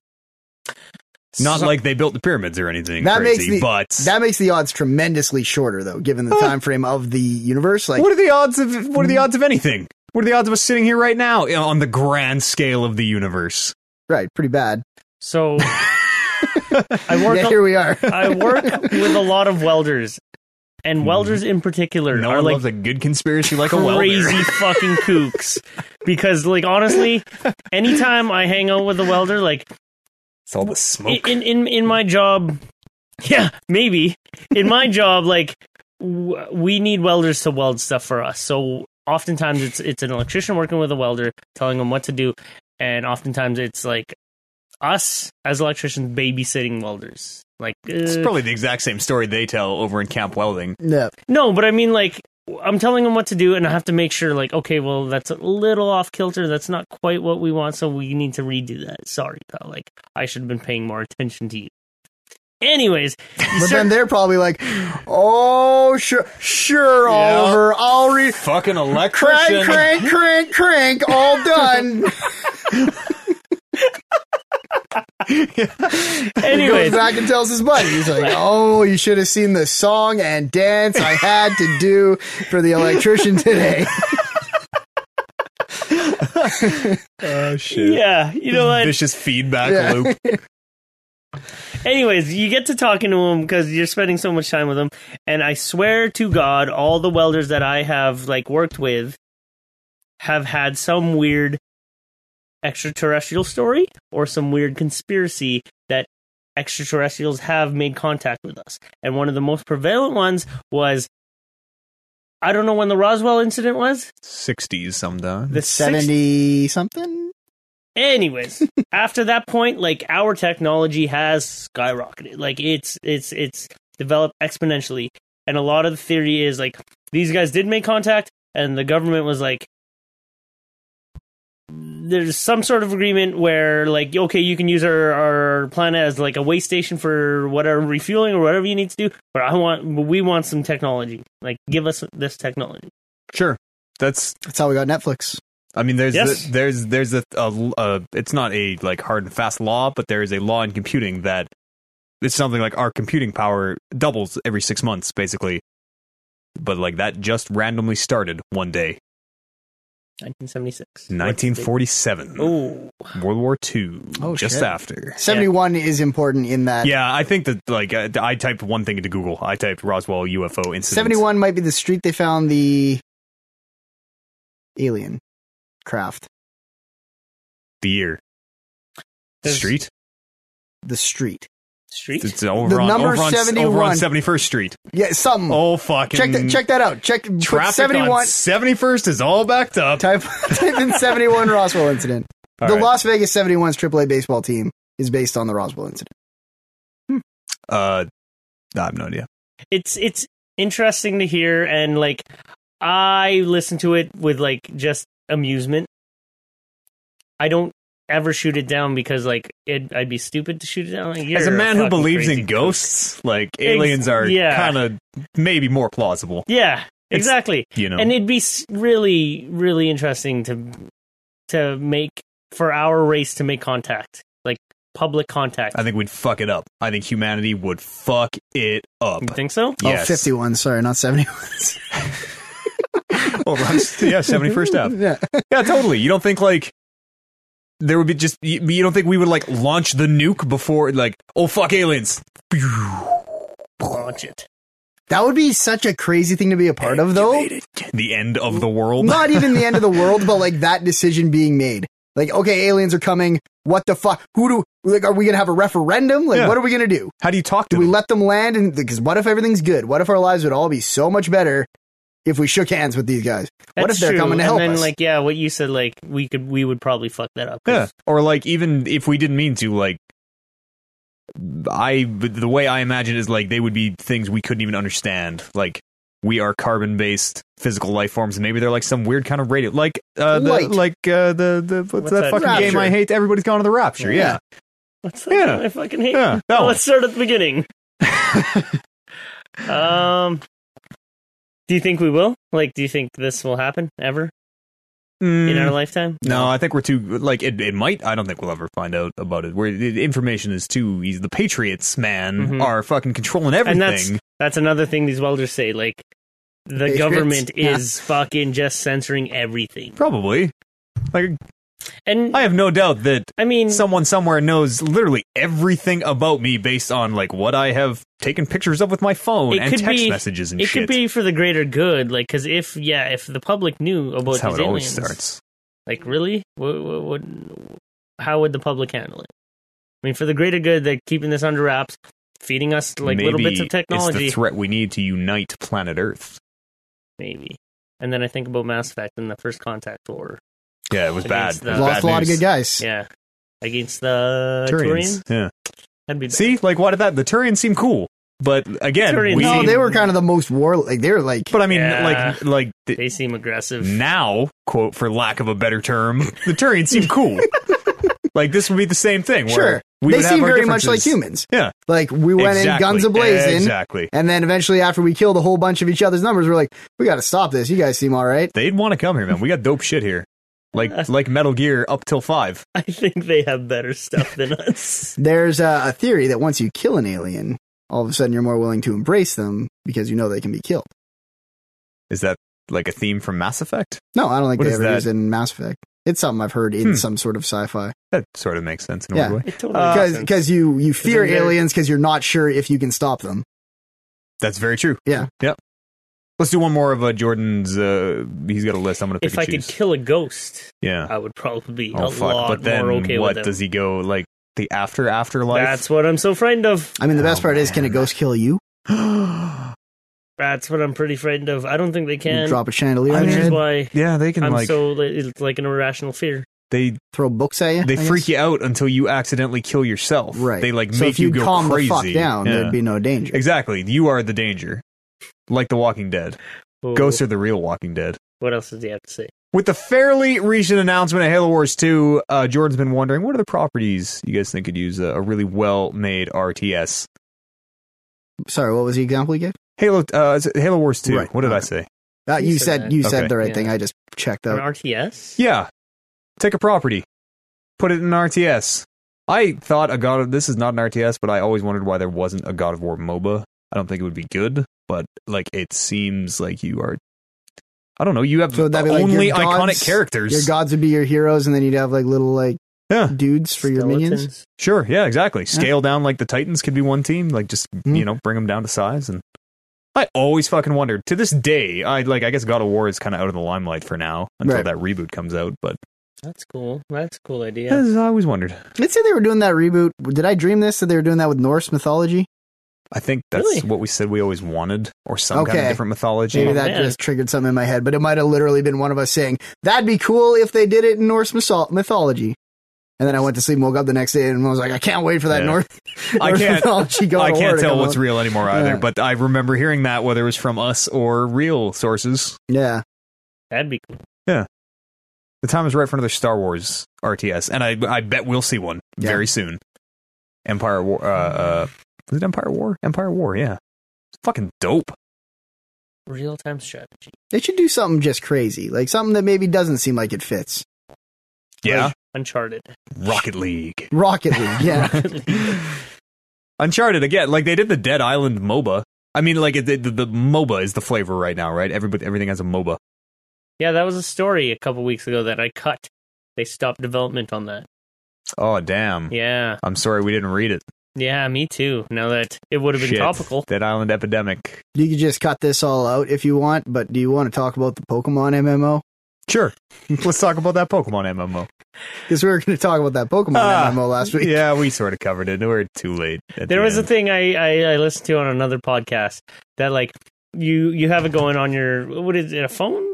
Not So- like they built the pyramids or anything That crazy, makes the- but That makes the odds tremendously shorter, though, given the Huh. time frame of the universe. Like, what are the odds of what are the odds of anything? What are the odds of us sitting here right now you know, on the grand scale of the universe? right, pretty bad. So I work. Yeah, here we are. I work with a lot of welders, and welders in particular No are one like loves a good conspiracy like a welder. crazy fucking kooks. Because like honestly, anytime I hang out with a welder, like It's all the i- smoke. in in in my job, yeah, maybe in my job, like w- we need welders to weld stuff for us. So oftentimes it's it's an electrician working with a welder, telling them what to do, and oftentimes it's like us as electricians babysitting welders. Like It's uh, probably the exact same story they tell over in Camp Welding. no, No, but I mean, like, I'm telling them what to do, and I have to make sure, like, okay, well, that's a little off kilter. That's not quite what we want, so we need to redo that. Sorry, pal. Like, I should have been paying more attention to you. Anyways, you but start- then they're probably like, "Oh, sure, sure, Yeah. Oliver, I'll re Fucking electrician. crank, crank, crank, crank, all done." He anyways, goes back and tells his buddy, he's like, "Oh, you should have seen the song and dance I had to do for the electrician today." Oh shit. yeah, you know what? Vicious feedback Yeah. loop. Anyways, you get to talking to them because you're spending so much time with them, and I swear to God, all the welders that I have like worked with have had some weird extraterrestrial story or some weird conspiracy that extraterrestrials have made contact with us. And one of the most prevalent ones was I don't know when the Roswell incident was. Sixties sometime. The 60s Seventy something. Anyways, after that point, like our technology has skyrocketed. Like it's it's it's developed exponentially. And a lot of the theory is like these guys did make contact and the government was like there's some sort of agreement where like okay you can use our, our planet as like a way station for whatever refueling or whatever you need to do but i want we want some technology like give us this technology Sure. That's That's how we got Netflix. I mean there's Yes. the, there's there's a, a, a it's not a like hard and fast law, but there is a law in computing that it's something like our computing power doubles every 6 months basically. But like that just randomly started one day, 1976 1947, oh World War II, Oh, just shit. after. 71 is important in that. Yeah, I think that like I, I typed one thing into Google. I typed Roswell UFO incident. 71 might be the street they found the alien craft. the year There's- street. The street. street It's over The on number over on, 71. seventy first Street. Yeah, something. Oh fucking check, that, check that out. Check put Traffic 71. on 71st is all backed up. Type, type in 71 Roswell incident. All the right. Las Vegas 71's AAA baseball team is based on the Roswell incident. Uh, I have no idea. it's it's interesting to hear and like i listen to it with like just amusement i don't ever shoot it down because like it, i'd be stupid to shoot it down like, As a you're man who fucking believes crazy in person. ghosts, like aliens are yeah. kind of maybe more plausible. Yeah, It's- exactly. You know, And it'd be s- really, really interesting to to make for our race to make contact, like public contact. I think we'd fuck it up. I think humanity would fuck it up. you think so? Yes. Oh, 51, sorry, not 71. Over on- yeah, seventy first Ave. Yeah. Yeah, totally. You don't think like there would be just you, you don't think we would like launch the nuke before like oh fuck aliens. Launch it. That would be such a crazy thing to be a part of, though. The end of the world. Not even the end of the world, but like that decision being made. Like, okay, aliens are coming. What the fuck? Who do, like, are we going to have a referendum? Like, Yeah. what are we going to do? How do you talk to Do we them? let them land? And because what if everything's good? What if our lives would all be so much better if we shook hands with these guys? That's what if they're true. coming to and help then, us? Like, yeah, what you said, like we could, we would probably fuck that up. Yeah. Or like even if we didn't mean to like I the way I imagine is like they would be things we couldn't even understand. Like we are carbon based physical life forms and maybe they're like some weird kind of radio like uh the, Light. like uh the the what's, What's that, that? fucking game Rapture. I hate everybody's gone to the rapture. Yeah. Yeah. What's that? Yeah. I fucking hate. Yeah, that oh, one. let's start at the beginning. um, do you think we will? Like, do you think this will happen ever in Mm. our lifetime? No, I think we're too like it. It might. I don't think we'll ever find out about it. Where the information is too. He's the Patriots man. Mhm. Are fucking controlling everything. And that's that's another thing these welders say. Like the Patriots? government Yeah. is fucking just censoring everything. Probably. Like And I I, have no doubt that mean, someone somewhere knows literally everything about me based on like what I have taken pictures of with my phone It and could text be- messages and it shit. could be for the greater good. Like, because if yeah, if the public knew about that's these how it aliens, always starts. like really, what, what, what, how would the public handle it? I mean, for the greater good, they're keeping this under wraps, feeding us like Maybe little bits of It's technology, the threat we need to unite planet Earth. maybe. And then I think about Mass Effect and the first contact war. Yeah, it was bad. Against It was the- Lost bad a lot of news. good guys. Yeah, against the Turians. Turians. Yeah. That'd be See, like, why did that? The Turians seem cool, but again, Turians we, No, they were kind of the most war. Like they were like But I mean, Yeah. like, like th- they seem aggressive. now, quote for lack of a better term, the Turians seem cool. like this would be the same thing. Where sure. we They would have seem our very much like differences. humans. Yeah. Like we went in Exactly. guns ablazing, Exactly. and then eventually after we killed a whole bunch of each other's numbers, we're like, we got to stop this. You guys seem all right. They'd want to come here, man. We got dope shit here. Like like Metal Gear up till five. I think they have better stuff than us. There's a, a theory that once you kill an alien, all of a sudden you're more willing to embrace them because you know they can be killed. Is that like a theme from Mass Effect? No, I don't think What they is ever that? use it in Mass Effect. It's something I've heard in Hmm. some sort of sci-fi. That sort of makes sense in Yeah. a weird way. It totally Because makes sense. because you you fear then they're- aliens because you're not sure if you can stop them. That's very true. Yeah. Yep. Let's do one more of uh, Jordan's. Uh, he's got a list. I'm gonna pick if and I could choose. kill a ghost, yeah. I would probably be oh a fuck! lot but then more okay what with it. does he go like the after afterlife? That's what I'm so frightened of. I mean, the best Oh, part is, can a man. ghost kill you? yeah, That's what I'm pretty frightened of. I don't think they can. Drop a chandelier on Which your is head. why they can I'm like so it's like an irrational fear. They Throw books at you. they I freak guess? you out until you accidentally kill yourself. Right. They like So make if you, go calm crazy. the fuck down, Yeah. there'd be no danger. Exactly. You are the danger. Like The Walking Dead. Oh, Ghosts are the real Walking Dead. What else does he have to say? With the fairly recent announcement of Halo Wars 2, uh, Jordan's been wondering what are the properties you guys think could use a, a really well made RTS? Sorry, what was the example you gave? Halo, uh, is it Halo Wars 2. Right. What did I Okay. say? Uh, You you said said that. you said Okay. the right Yeah. thing. I just checked An out. RTS? Yeah. Take a property, put it in an RTS. I thought a God of this is not an RTS, but I always wondered why there wasn't a God of War MOBA. I don't think it would be good, but like it seems like you are. I don't know. You have So that'd be like only your gods- iconic Your characters. gods would be your heroes, and then you'd have like little like Yeah. dudes for your minions. Skeletons? Sure. Yeah. Exactly. Scale down like the Titans could be one team. Like just Mm. you know bring them down to size. And I always fucking wondered. To this day, I like. I guess God of War is kind of out of the limelight for now until Right. that reboot comes out. But That's cool. That's a cool idea. I always wondered. Let's say they were doing that reboot. Did I dream this? That they were doing that with Norse mythology? I think that's Really? what we said we always wanted, or some kind Okay. of different mythology. Maybe Oh, that man. just triggered something in my head, but it might have literally been one of us saying, "That'd be cool if they did it in Norse myso- mythology." And then I went to sleep, and woke up the next day, and I was like, "I can't wait for that Yeah. Norse." I Norse can't. mythology God I of War can't to tell come what's out. real anymore either, Yeah. but I remember hearing that whether it was from us or real sources. Yeah, That'd be cool. The time is right for another Star Wars RTS, and I I bet we'll see one Yeah. very soon. Empire War. Uh, uh, was it Empire War? Empire War. Yeah, fucking dope. Real time strategy. they should do something just crazy, like something that maybe doesn't seem like it fits. Yeah, Uncharted. Rocket League. Rocket League, yeah. Uncharted again. Like they did the Dead Island MOBA. I mean, like it, the, the, the MOBA is the flavor right now, right? Everybody, everything has a MOBA. Yeah, that was a story a couple weeks ago that I cut. They stopped development on that. Oh damn! Yeah. I'm sorry we didn't read it. Yeah, me too. Now that it would have been Shit. topical. Dead Island Epidemic. you could just cut this all out if you want, but do you want to talk about the Pokemon MMO? Sure. Let's talk about that Pokemon MMO. Because we were going to talk about that Pokemon Ah, MMO last week. Yeah, we sort of covered it. We're too late. at There the was a end. thing I, I, I listened to on another podcast that like you you have it going on your what is it, a phone?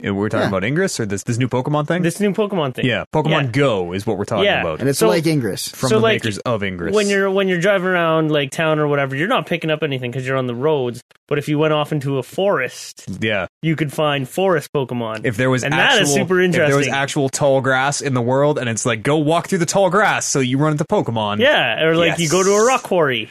And we were talking Yeah. about Ingress or this this new Pokemon thing. This new Pokemon thing. yeah, Pokemon Yeah. Go is what we're talking Yeah. about And it's So- like Ingress. from so, the like, makers of Ingress. When you're when you're driving around like town or whatever, you're not picking up anything because you're on the roads. But if you went off into a forest, yeah, you could find forest Pokemon. if there was And actual, that is super If there was interesting. actual tall grass in the world, and it's like go walk through the tall grass, so you run into Pokemon. yeah, or like you Yes. go to a rock quarry.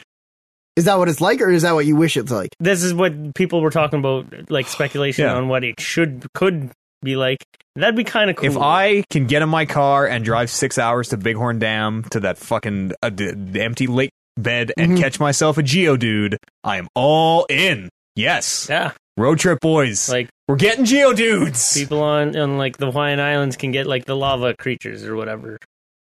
Is that what it's like, or is that what you wish it's like? This is what people were talking about, like speculation Yeah. on what it should could be like. That'd be kind of cool. If I can get in my car and drive six hours to Bighorn Dam to that fucking uh, d- d- empty lake bed and Mm-hmm. Mhm. catch myself a Geodude, I am all in. Yes. yeah, Road trip, boys. like We're getting Geodudes. people on on like the Hawaiian Islands can get like the lava creatures or whatever.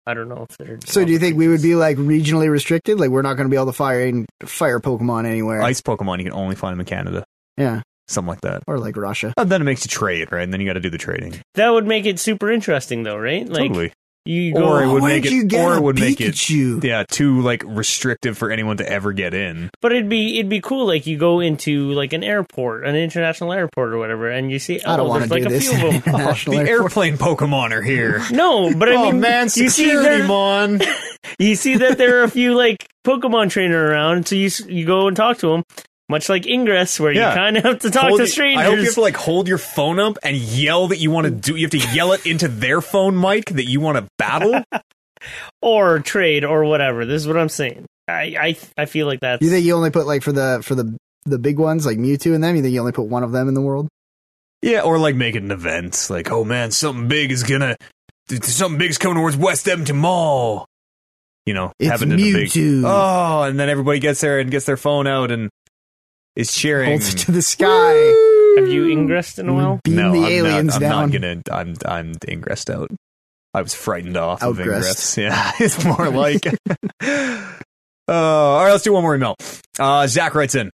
I don't know if they're. So, do you think we would be like regionally restricted? Like, we're not going to be able to fire in, fire Pokemon anywhere? Ice Pokemon, you can only find them in Canada. yeah, Something like that. or like Russia? And then it makes you trade, right? And then you got to do the trading. that would make it super interesting though, right? Like totally. you go Or it would Why make did it- you get or a it would make it- Pikachu? Yeah, too like restrictive for anyone to ever get in. But it'd be it'd be cool. Like you go into like an airport, an international airport or whatever, and you see oh, I don't want there's to do like a this. few of them. National the Airport. airplane Pokemon are here. No, but I oh mean, man, you see security there, mon. you see that there are a few like Pokemon trainer around, so you s- you go and talk to them, much like Ingress, where Yeah. you kind of have to talk Hold to your- strangers. I hope you have to like hold your phone up and yell that you want to do. You have to yell it into their phone mic that you want to battle. or trade or whatever. This is what I'm saying. I I, I feel like that's You think you only put like for the for the the big ones like Mewtwo and them? You think you only put one of them in the world? yeah, or like make it an event. Like, oh man, something big is gonna. th- Something big's coming towards West Edmonton Mall. You know, It's happened in a big. Mewtwo. Oh, and then everybody gets there and gets their phone out and is cheering. Holds it to the sky. have you ingressed in a while? Beam no, the I'm aliens not, I'm down. not gonna. I'm I'm ingressed out. I was frightened off of ingress. Outgressed. Yeah, it's more like. uh, all right, let's do one more email. Uh, Zach writes in.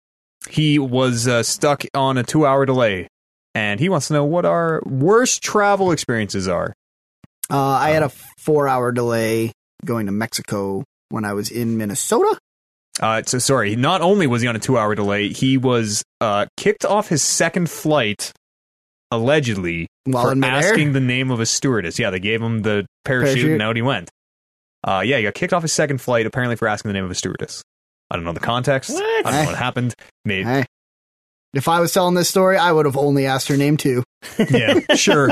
He was uh, stuck on a two-hour delay, and he wants to know what our worst travel experiences are. Uh, I had a four hour delay going to Mexico when I was in Minnesota. Uh, so sorry. Not only was he on a two-hour delay, he was uh, kicked off his second flight allegedly While for in midair? asking the name of a stewardess. Yeah, they gave him the parachute, Parachute. and out he went. Uh, yeah, he got kicked off his second flight apparently for asking the name of a stewardess. I don't know the context. What? I don't Eh. know what happened. Maybe, Eh. If I was telling this story, I would have only asked her name too. yeah, sure.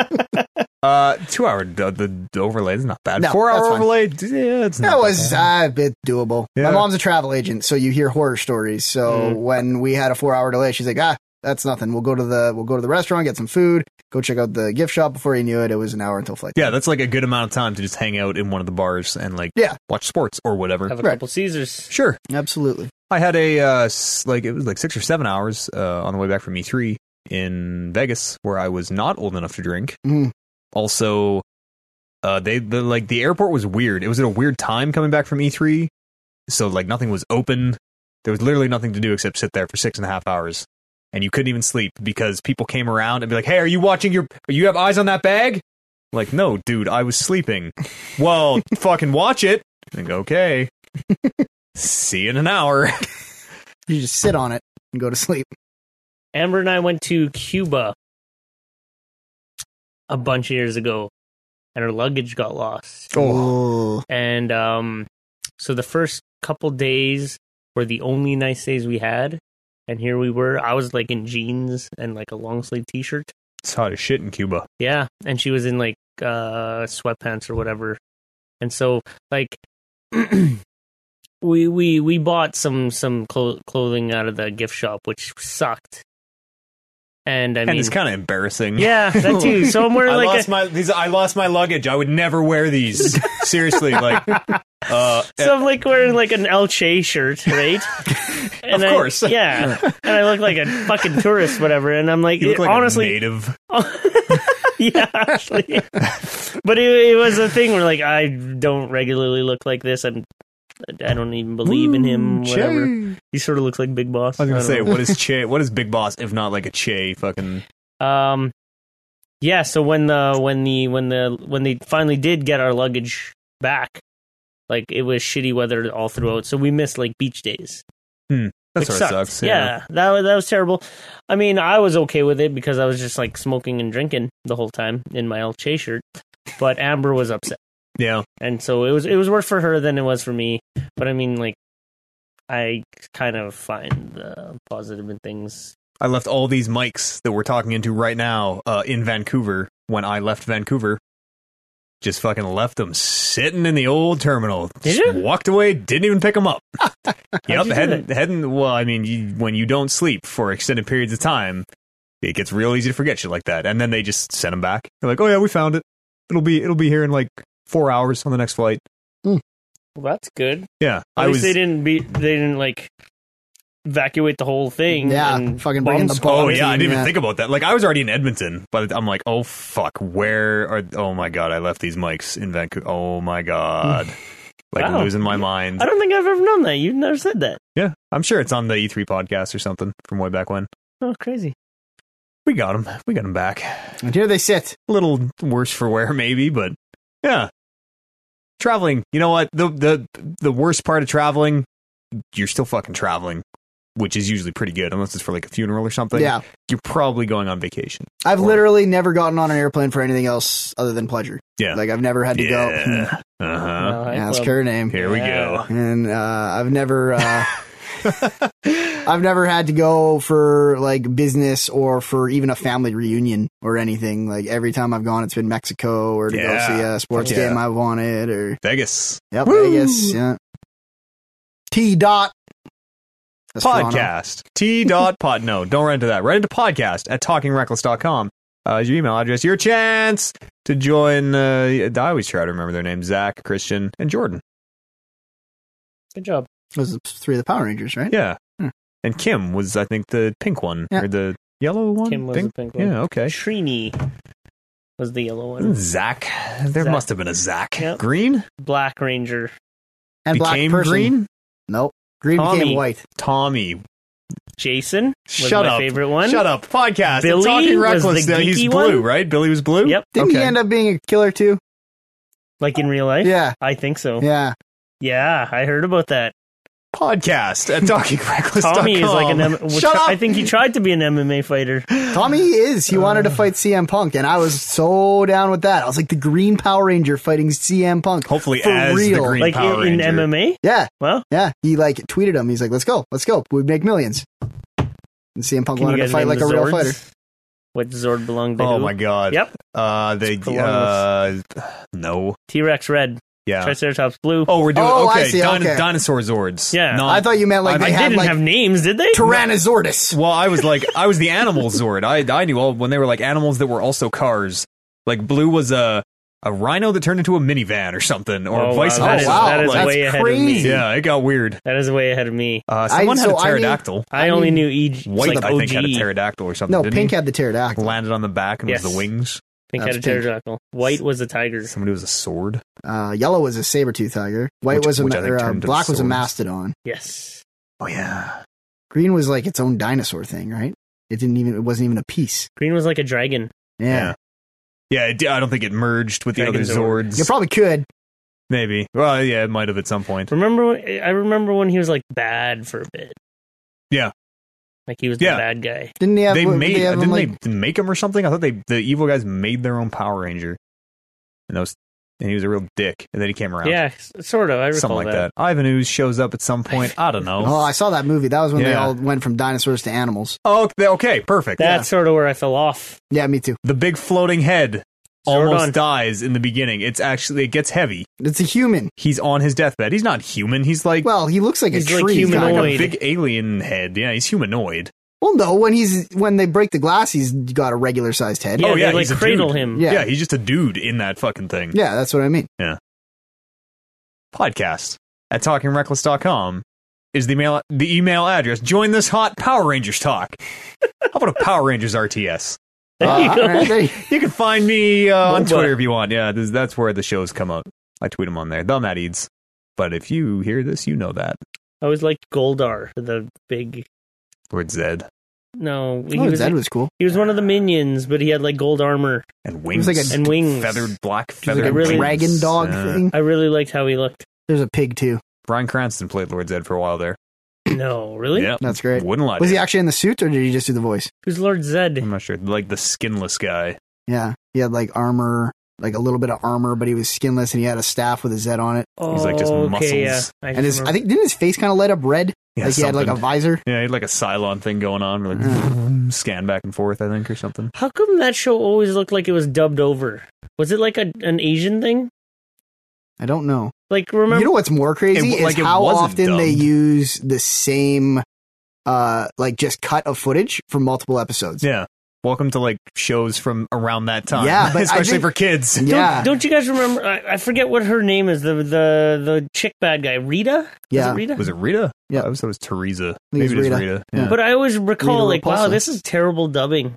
Uh, two hour the, the, the overlay is not bad. No, Four hour that's fine. overlay, d- yeah, it's not That was bad. uh, a bit doable. Yeah. Hmm. My mom's a travel agent, so you hear horror stories. So when we had a four hour delay, she's like, "Ah, that's nothing. We'll go to the we'll go to the restaurant, get some food, go check out the gift shop." Before he knew it, it was an hour until flight. yeah, that's like a good amount of time to just hang out in one of the bars and like Yeah. watch sports or whatever. Have a Right. couple Caesars. Sure. absolutely. I had a uh, s- like it was like six or seven hours uh, on the way back from E3 in Vegas, where I was not old enough to drink. Mhm. Also, uh, they the, like the airport was weird. It was at a weird time coming back from E3, so like nothing was open. There was literally nothing to do except sit there for six and a half hours, and you couldn't even sleep because people came around and be like, "Hey, are you watching your? You have eyes on that bag?" I'm like, no, dude, I was sleeping. well, fucking watch it. And go, okay. See you in an hour. You just sit on it and go to sleep. Amber and I went to Cuba a bunch of years ago, and her luggage got lost. Oh, And um, so the first couple days were the only nice days we had. And here we were. I was like in jeans and like a long sleeve t shirt. It's hot as shit in Cuba. Yeah, and she was in like uh sweatpants or whatever. And so like we we we bought some some clo- clothing out of the gift shop which sucked. And I and mean it's kind of embarrassing. Yeah, that too. So I'm I wearing like lost a, my these. I lost my luggage. I would never wear these. Seriously, like, uh, so I'm like wearing like an Elche shirt, right? And Of I- course. yeah. And I look like a fucking tourist, whatever. And I'm like, you look like a honestly, native. yeah, actually. but it, it was a thing where like I don't regularly look like this. I'm, I don't even believe in him. Whatever. He sort of looks like Big Boss. Mm, I was gonna I don't say, know. what is Che? What is Big Boss if not like a Che? Fucking Um, yeah. So when the when the when the when they finally did get our luggage back, like it was shitty weather all throughout. So we missed like beach days. that which sort of sucked. sucks. Yeah, that was, that was terrible. I mean, I was okay with it because I was just like smoking and drinking the whole time in my El Che shirt. But Amber was upset. yeah. and so it was it was worse for her than it was for me. But I mean, like, I kind of find the positive in things. I left all these mics that we're talking into right now uh, in Vancouver. When I left Vancouver, just fucking left them sitting in the old terminal. Did Just you? Walked away. Didn't even pick them up. How'd yep. you do Heading, heading. Well, I mean, you, when you don't sleep for extended periods of time, it gets real easy to forget shit like that. And then they just send them back. They're like, "Oh yeah, we found it. It'll be it'll be here in like four hours on the next flight." Well, that's good. Yeah. At I least was. they didn't be they didn't like evacuate the whole thing. Yeah, and fucking bring in bomb the squad. Oh Bob's yeah, I in didn't even that. think about that. Like I was already in Edmonton, but I'm like, oh fuck, where are? Oh my god, I left these mics in Vancouver. Oh my god, like Wow. losing my mind. I don't think I've ever known that. You've never said that. Yeah, I'm sure it's on the E3 podcast or something from way back when. Oh, crazy. We got them. We got them back. and here they sit. A little worse for wear, maybe, but yeah. Traveling, you know what? The the the worst part of traveling, you're still fucking traveling, which is usually pretty good, unless it's for like a funeral or something. yeah, you're probably going on vacation. I've Or- literally never gotten on an airplane for anything else other than pleasure. Yeah. like I've never had to go. Yeah. Uh huh. Well, I Ask club. her name. Here we Yeah. go. and uh, I've never uh, I've never had to go for like business or for even a family reunion or anything. Like every time I've gone, it's been Mexico or to Yeah. go see a sports Fuck yeah. game I wanted or Vegas yep, Woo! Vegas. Yeah. T dot That's Toronto. podcast. T dot pod. No, don't run into that. Right into podcast at talkingreckless.com. Uh, is your email address. Your chance to join. Uh, I always try to remember their names: Zach, Christian, and Jordan. Good job. Those are three of the Power Rangers, right? Yeah. Hmm. And Kim was, I think, the pink one Yeah. or the yellow one. Kim was pink? the pink one. Yeah. Okay. Trini was the yellow one. Mm. Zach. There Zach. must have been a Zach. Yep. Green Black Ranger. And became black person. green. Nope. Green Tommy. became white. Tommy. Jason was Shut my up. favorite one. Shut up. Podcast. Billy talking was the reckless. now. He's geeky blue, one? right? Billy was blue. Yep. Didn't he Okay. end up being a killer too? Like in real life. Yeah. I think so. Yeah. Yeah, I heard about that. podcast at talkingreckless.com. Tommy is like an. M- was Shut try- up! I think he tried to be an MMA fighter. Tommy is. He wanted to fight CM Punk, and I was so down with that. I was like the Green Power Ranger fighting CM Punk. Hopefully For as real. the Green like Power in, in Ranger. MMA. Yeah, Well, yeah. He like tweeted him. He's like, "Let's go, let's go. We'd make millions. And CM Punk can you wanted to guys fight name like the a real Zords? fighter. What Zord belonged to? Oh who? my god. Yep. Uh they It's uh prolonged. no. T Rex red, Yeah. Triceratops blue. Oh, we're doing Oh, I okay. see, Din- okay. Dinosaur Zords. Yeah. Not- I thought you meant like I- they I had Oh. didn't like have names, did they? Tyrannosaurus. Well, I was like, I was the animal Zord. I I knew all when they were like animals that were also cars. Like blue was a a rhino that turned into a minivan or something, or Oh, vice wow, that versa. is- that is Like, way ahead of crazy. me. yeah, it got weird. That is way ahead of me. Uh, I- someone so had a I knew- pterodactyl. I, I only mean- knew each White, like E, I OG. think, had a pterodactyl or something. No, didn't Pink he? had the pterodactyl. landed on the back and was Yes. the wings. Pink That's had a pink. pterodactyl. White was a tiger. Somebody was a sword. Uh, yellow was a saber tooth tiger. White Which- was a which ma- I think or, uh, turned to black was a swords. mastodon. Yes. Oh yeah, Green was like its own dinosaur thing, right? It didn't even. It wasn't even a piece. Green was like a dragon. Yeah, yeah. It, di- I don't think it merged with the Dragon other Zord. Zords. you probably could. Maybe. Well, yeah, it might have at some point. Remember? When, I remember when he was like bad for a bit. Yeah. Like he was Yeah. the bad guy. Didn't they have? they what- made they have didn't him, like, they make him or something? I thought they the evil guys made their own Power Ranger, and that was and he was a real dick, and then he came around. Yeah, s- sort of. I recall something like that. Ivan Ooze shows up at some point. I don't know. Oh, I saw that movie. That was when they Yeah. all went from dinosaurs to animals. Oh, okay, okay, perfect. That's sort of where I fell off. Yeah, me too. the big floating head Zordon. almost dies in the beginning. It's actually it gets heavy. It's a human. He's on his deathbed. He's not human. He's like Well, he looks like He's a like tree. he's got kind of. like a big humanoid. alien head. Yeah, he's humanoid. Well, no, when he's when they break the glass, he's got a regular sized head. Yeah, Oh, yeah, they like he's a cradle dude. him. Yeah. Yeah. he's just a dude in that fucking thing. Yeah, that's what I mean. Podcast at talkingreckless.com is the mail the email address. Join this hot Power Rangers talk. How about a Power Rangers RTS? There Uh, you go. all right, there you- You can find me uh, on Boba. Twitter if you want. Yeah, this, that's where the shows come out. I tweet them on there. The Matt Eads. But if you hear this, you know that. I always liked Goldar, the big. Or it's Zed No, he oh, was that was cool. he was one of the minions, but he had like gold armor and was wings. like a and wings. feathered black It was feathered like a really- dragon dog Uh, thing. I really liked how he looked. There's a pig too. Brian Cranston played Lord Zed for a while there. No, really? Yep. That's great. Wouldn't lie. to Was he you. actually in the suit, or did he just do the voice? Who's Lord Zed? I'm not sure. Like the skinless guy. Yeah, he had like armor, like a little bit of armor, but he was skinless, and he had a staff with his head on it. Oh, He's like just okay, yeah. muscles. I Mm. And his, remember. I think, didn't his face kind of light up red? Yeah, like he had like a Mm. something. visor. Yeah, he had like a Cylon thing going on, like scan back and forth, I think, or something. How come that show always looked like it was dubbed over? Was it like a, an Asian thing? I don't know. Like remember? you know what's more crazy It- is like, it how wasn't often they dubbed. use the same, uh, like just cut of footage for multiple episodes. Yeah. Welcome to like shows from around that time. Yeah, but I especially think- for kids. don't, yeah, don't you guys remember? I, I forget what her name is. The the the chick bad guy, Rita. yeah. Is it Rita? Was it Rita? Yeah. I always thought it was Teresa. think Maybe it's it is Rita. Rita. Yeah. Yeah. But I always recall, Rita like, wow, Repulsa. this is terrible dubbing.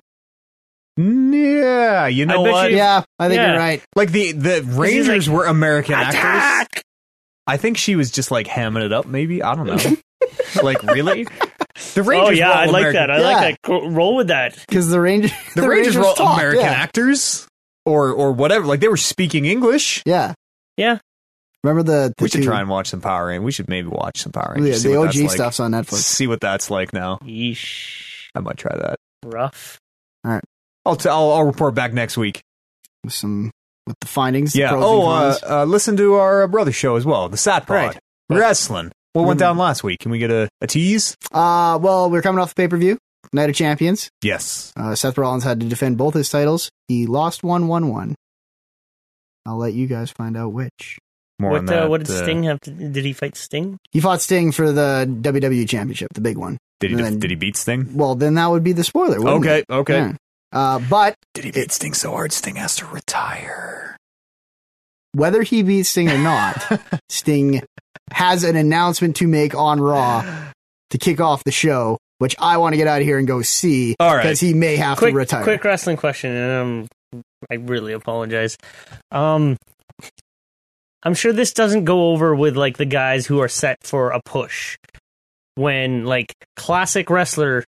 yeah, you know bet what? you- Yeah, I think Yeah. you're right. Like the the he's Rangers were American actors. Attack! I think she was just like hamming it up. Maybe I don't know. like really, the Rangers. oh yeah, were all I like American. that. I like Yeah. that. Co- Roll with that. Because the Ranger, The, Rangers, were all talk, American yeah. actors, or or whatever. Like they were speaking English. Yeah, Yeah. Remember the, the we should two- try and watch some Power Rangers. We should maybe watch some Power yeah, Rangers. see the what OG that's like. stuff's on Netflix. See what that's like now. Yeesh. I might try that. Rough. I'll t- I'll, I'll report back next week. With some with the findings. the Yeah. pros Oh, and uh, cons. uh, listen to our uh, brother show as well, the Sat Pod Right. Wrestling. What went Mm. down last week? Can we get a, a tease? Uh, well, we're coming off the pay per view, Night of Champions. Yes. Uh, Seth Rollins had to defend both his titles. He lost one, one, one. I'll let you guys find out which. More on what that. uh, what did uh, Sting have to? Did he fight Sting? He fought Sting for the WWE Championship, the big one. Did he and def- then- did he beat Sting? Well, then that would be the spoiler. wouldn't Okay. it? Okay. Yeah. Uh, but Did he beat Sting so hard Sting has to retire? whether he beats Sting or not, Sting has an announcement to make on Raw to kick off the show, which I want to get out of here and go see All right. because he may have quick, to retire. quick wrestling question, and i I really apologize. Um, I'm sure this doesn't go over with like the guys who are set for a push when like classic wrestler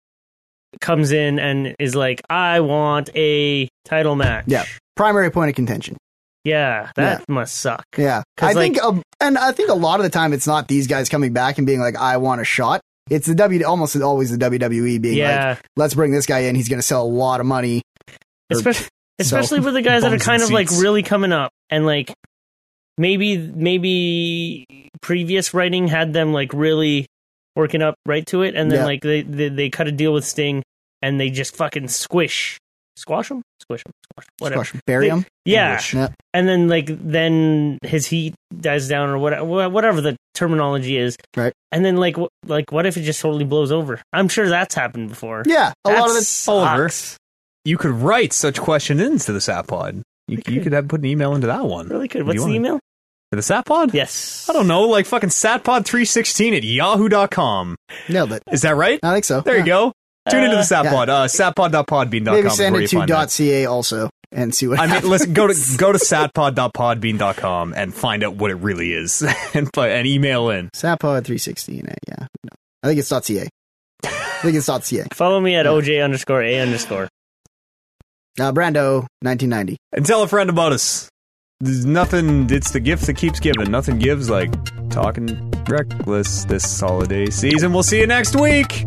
comes in and is like, I want a title match. Yeah. Primary point of contention. Yeah, that must suck. Yeah, 'Cause, I think, um, and I think a lot of the time it's not these guys coming back and being like, "I want a shot." It's the W, almost always the WWE being like, yeah, "Let's bring this guy in. He's going to sell a lot of money." or- especially especially with the guys that are Bums kind and of like seats. really coming up and like maybe maybe previous writing had them like really working up right to it, and then Yeah. like they, they they cut a deal with Sting and they just fucking squish, squash him, squish him, squash 'em, whatever. Squash him, bury They- him. Yeah, English. Yeah. and then like then his heat dies down or whatever whatever the terminology is Right. and then like wh- like what if it just totally blows over i'm sure that's happened before Yeah, a That lot of it. sucks. Oliver, you could write such question into the Sapod. You, you could have put an email into that one. really If good you what's the wanted. email To the Sapod? yes I don't know, like fucking satpod316 at yahoo.com. Nailed it. Is that right? I think so. There you go. Tune into the Uh, Sapod. Uh, satpod.podbean.com Maybe is send where it you to find that. .ca also and see what. I mean, listen, go to happens. go to satpod.podbean.com and find out what it really is and pu- and email in. Sapod 316. eh, Yeah, no. I think it's .ca. I think it's .ca. follow me at Yeah. oj underscore a underscore Uh, Brando 1990. And tell a friend about us. There's nothing, it's the gift that keeps giving. Nothing gives like talking reckless this holiday season. We'll see you next week.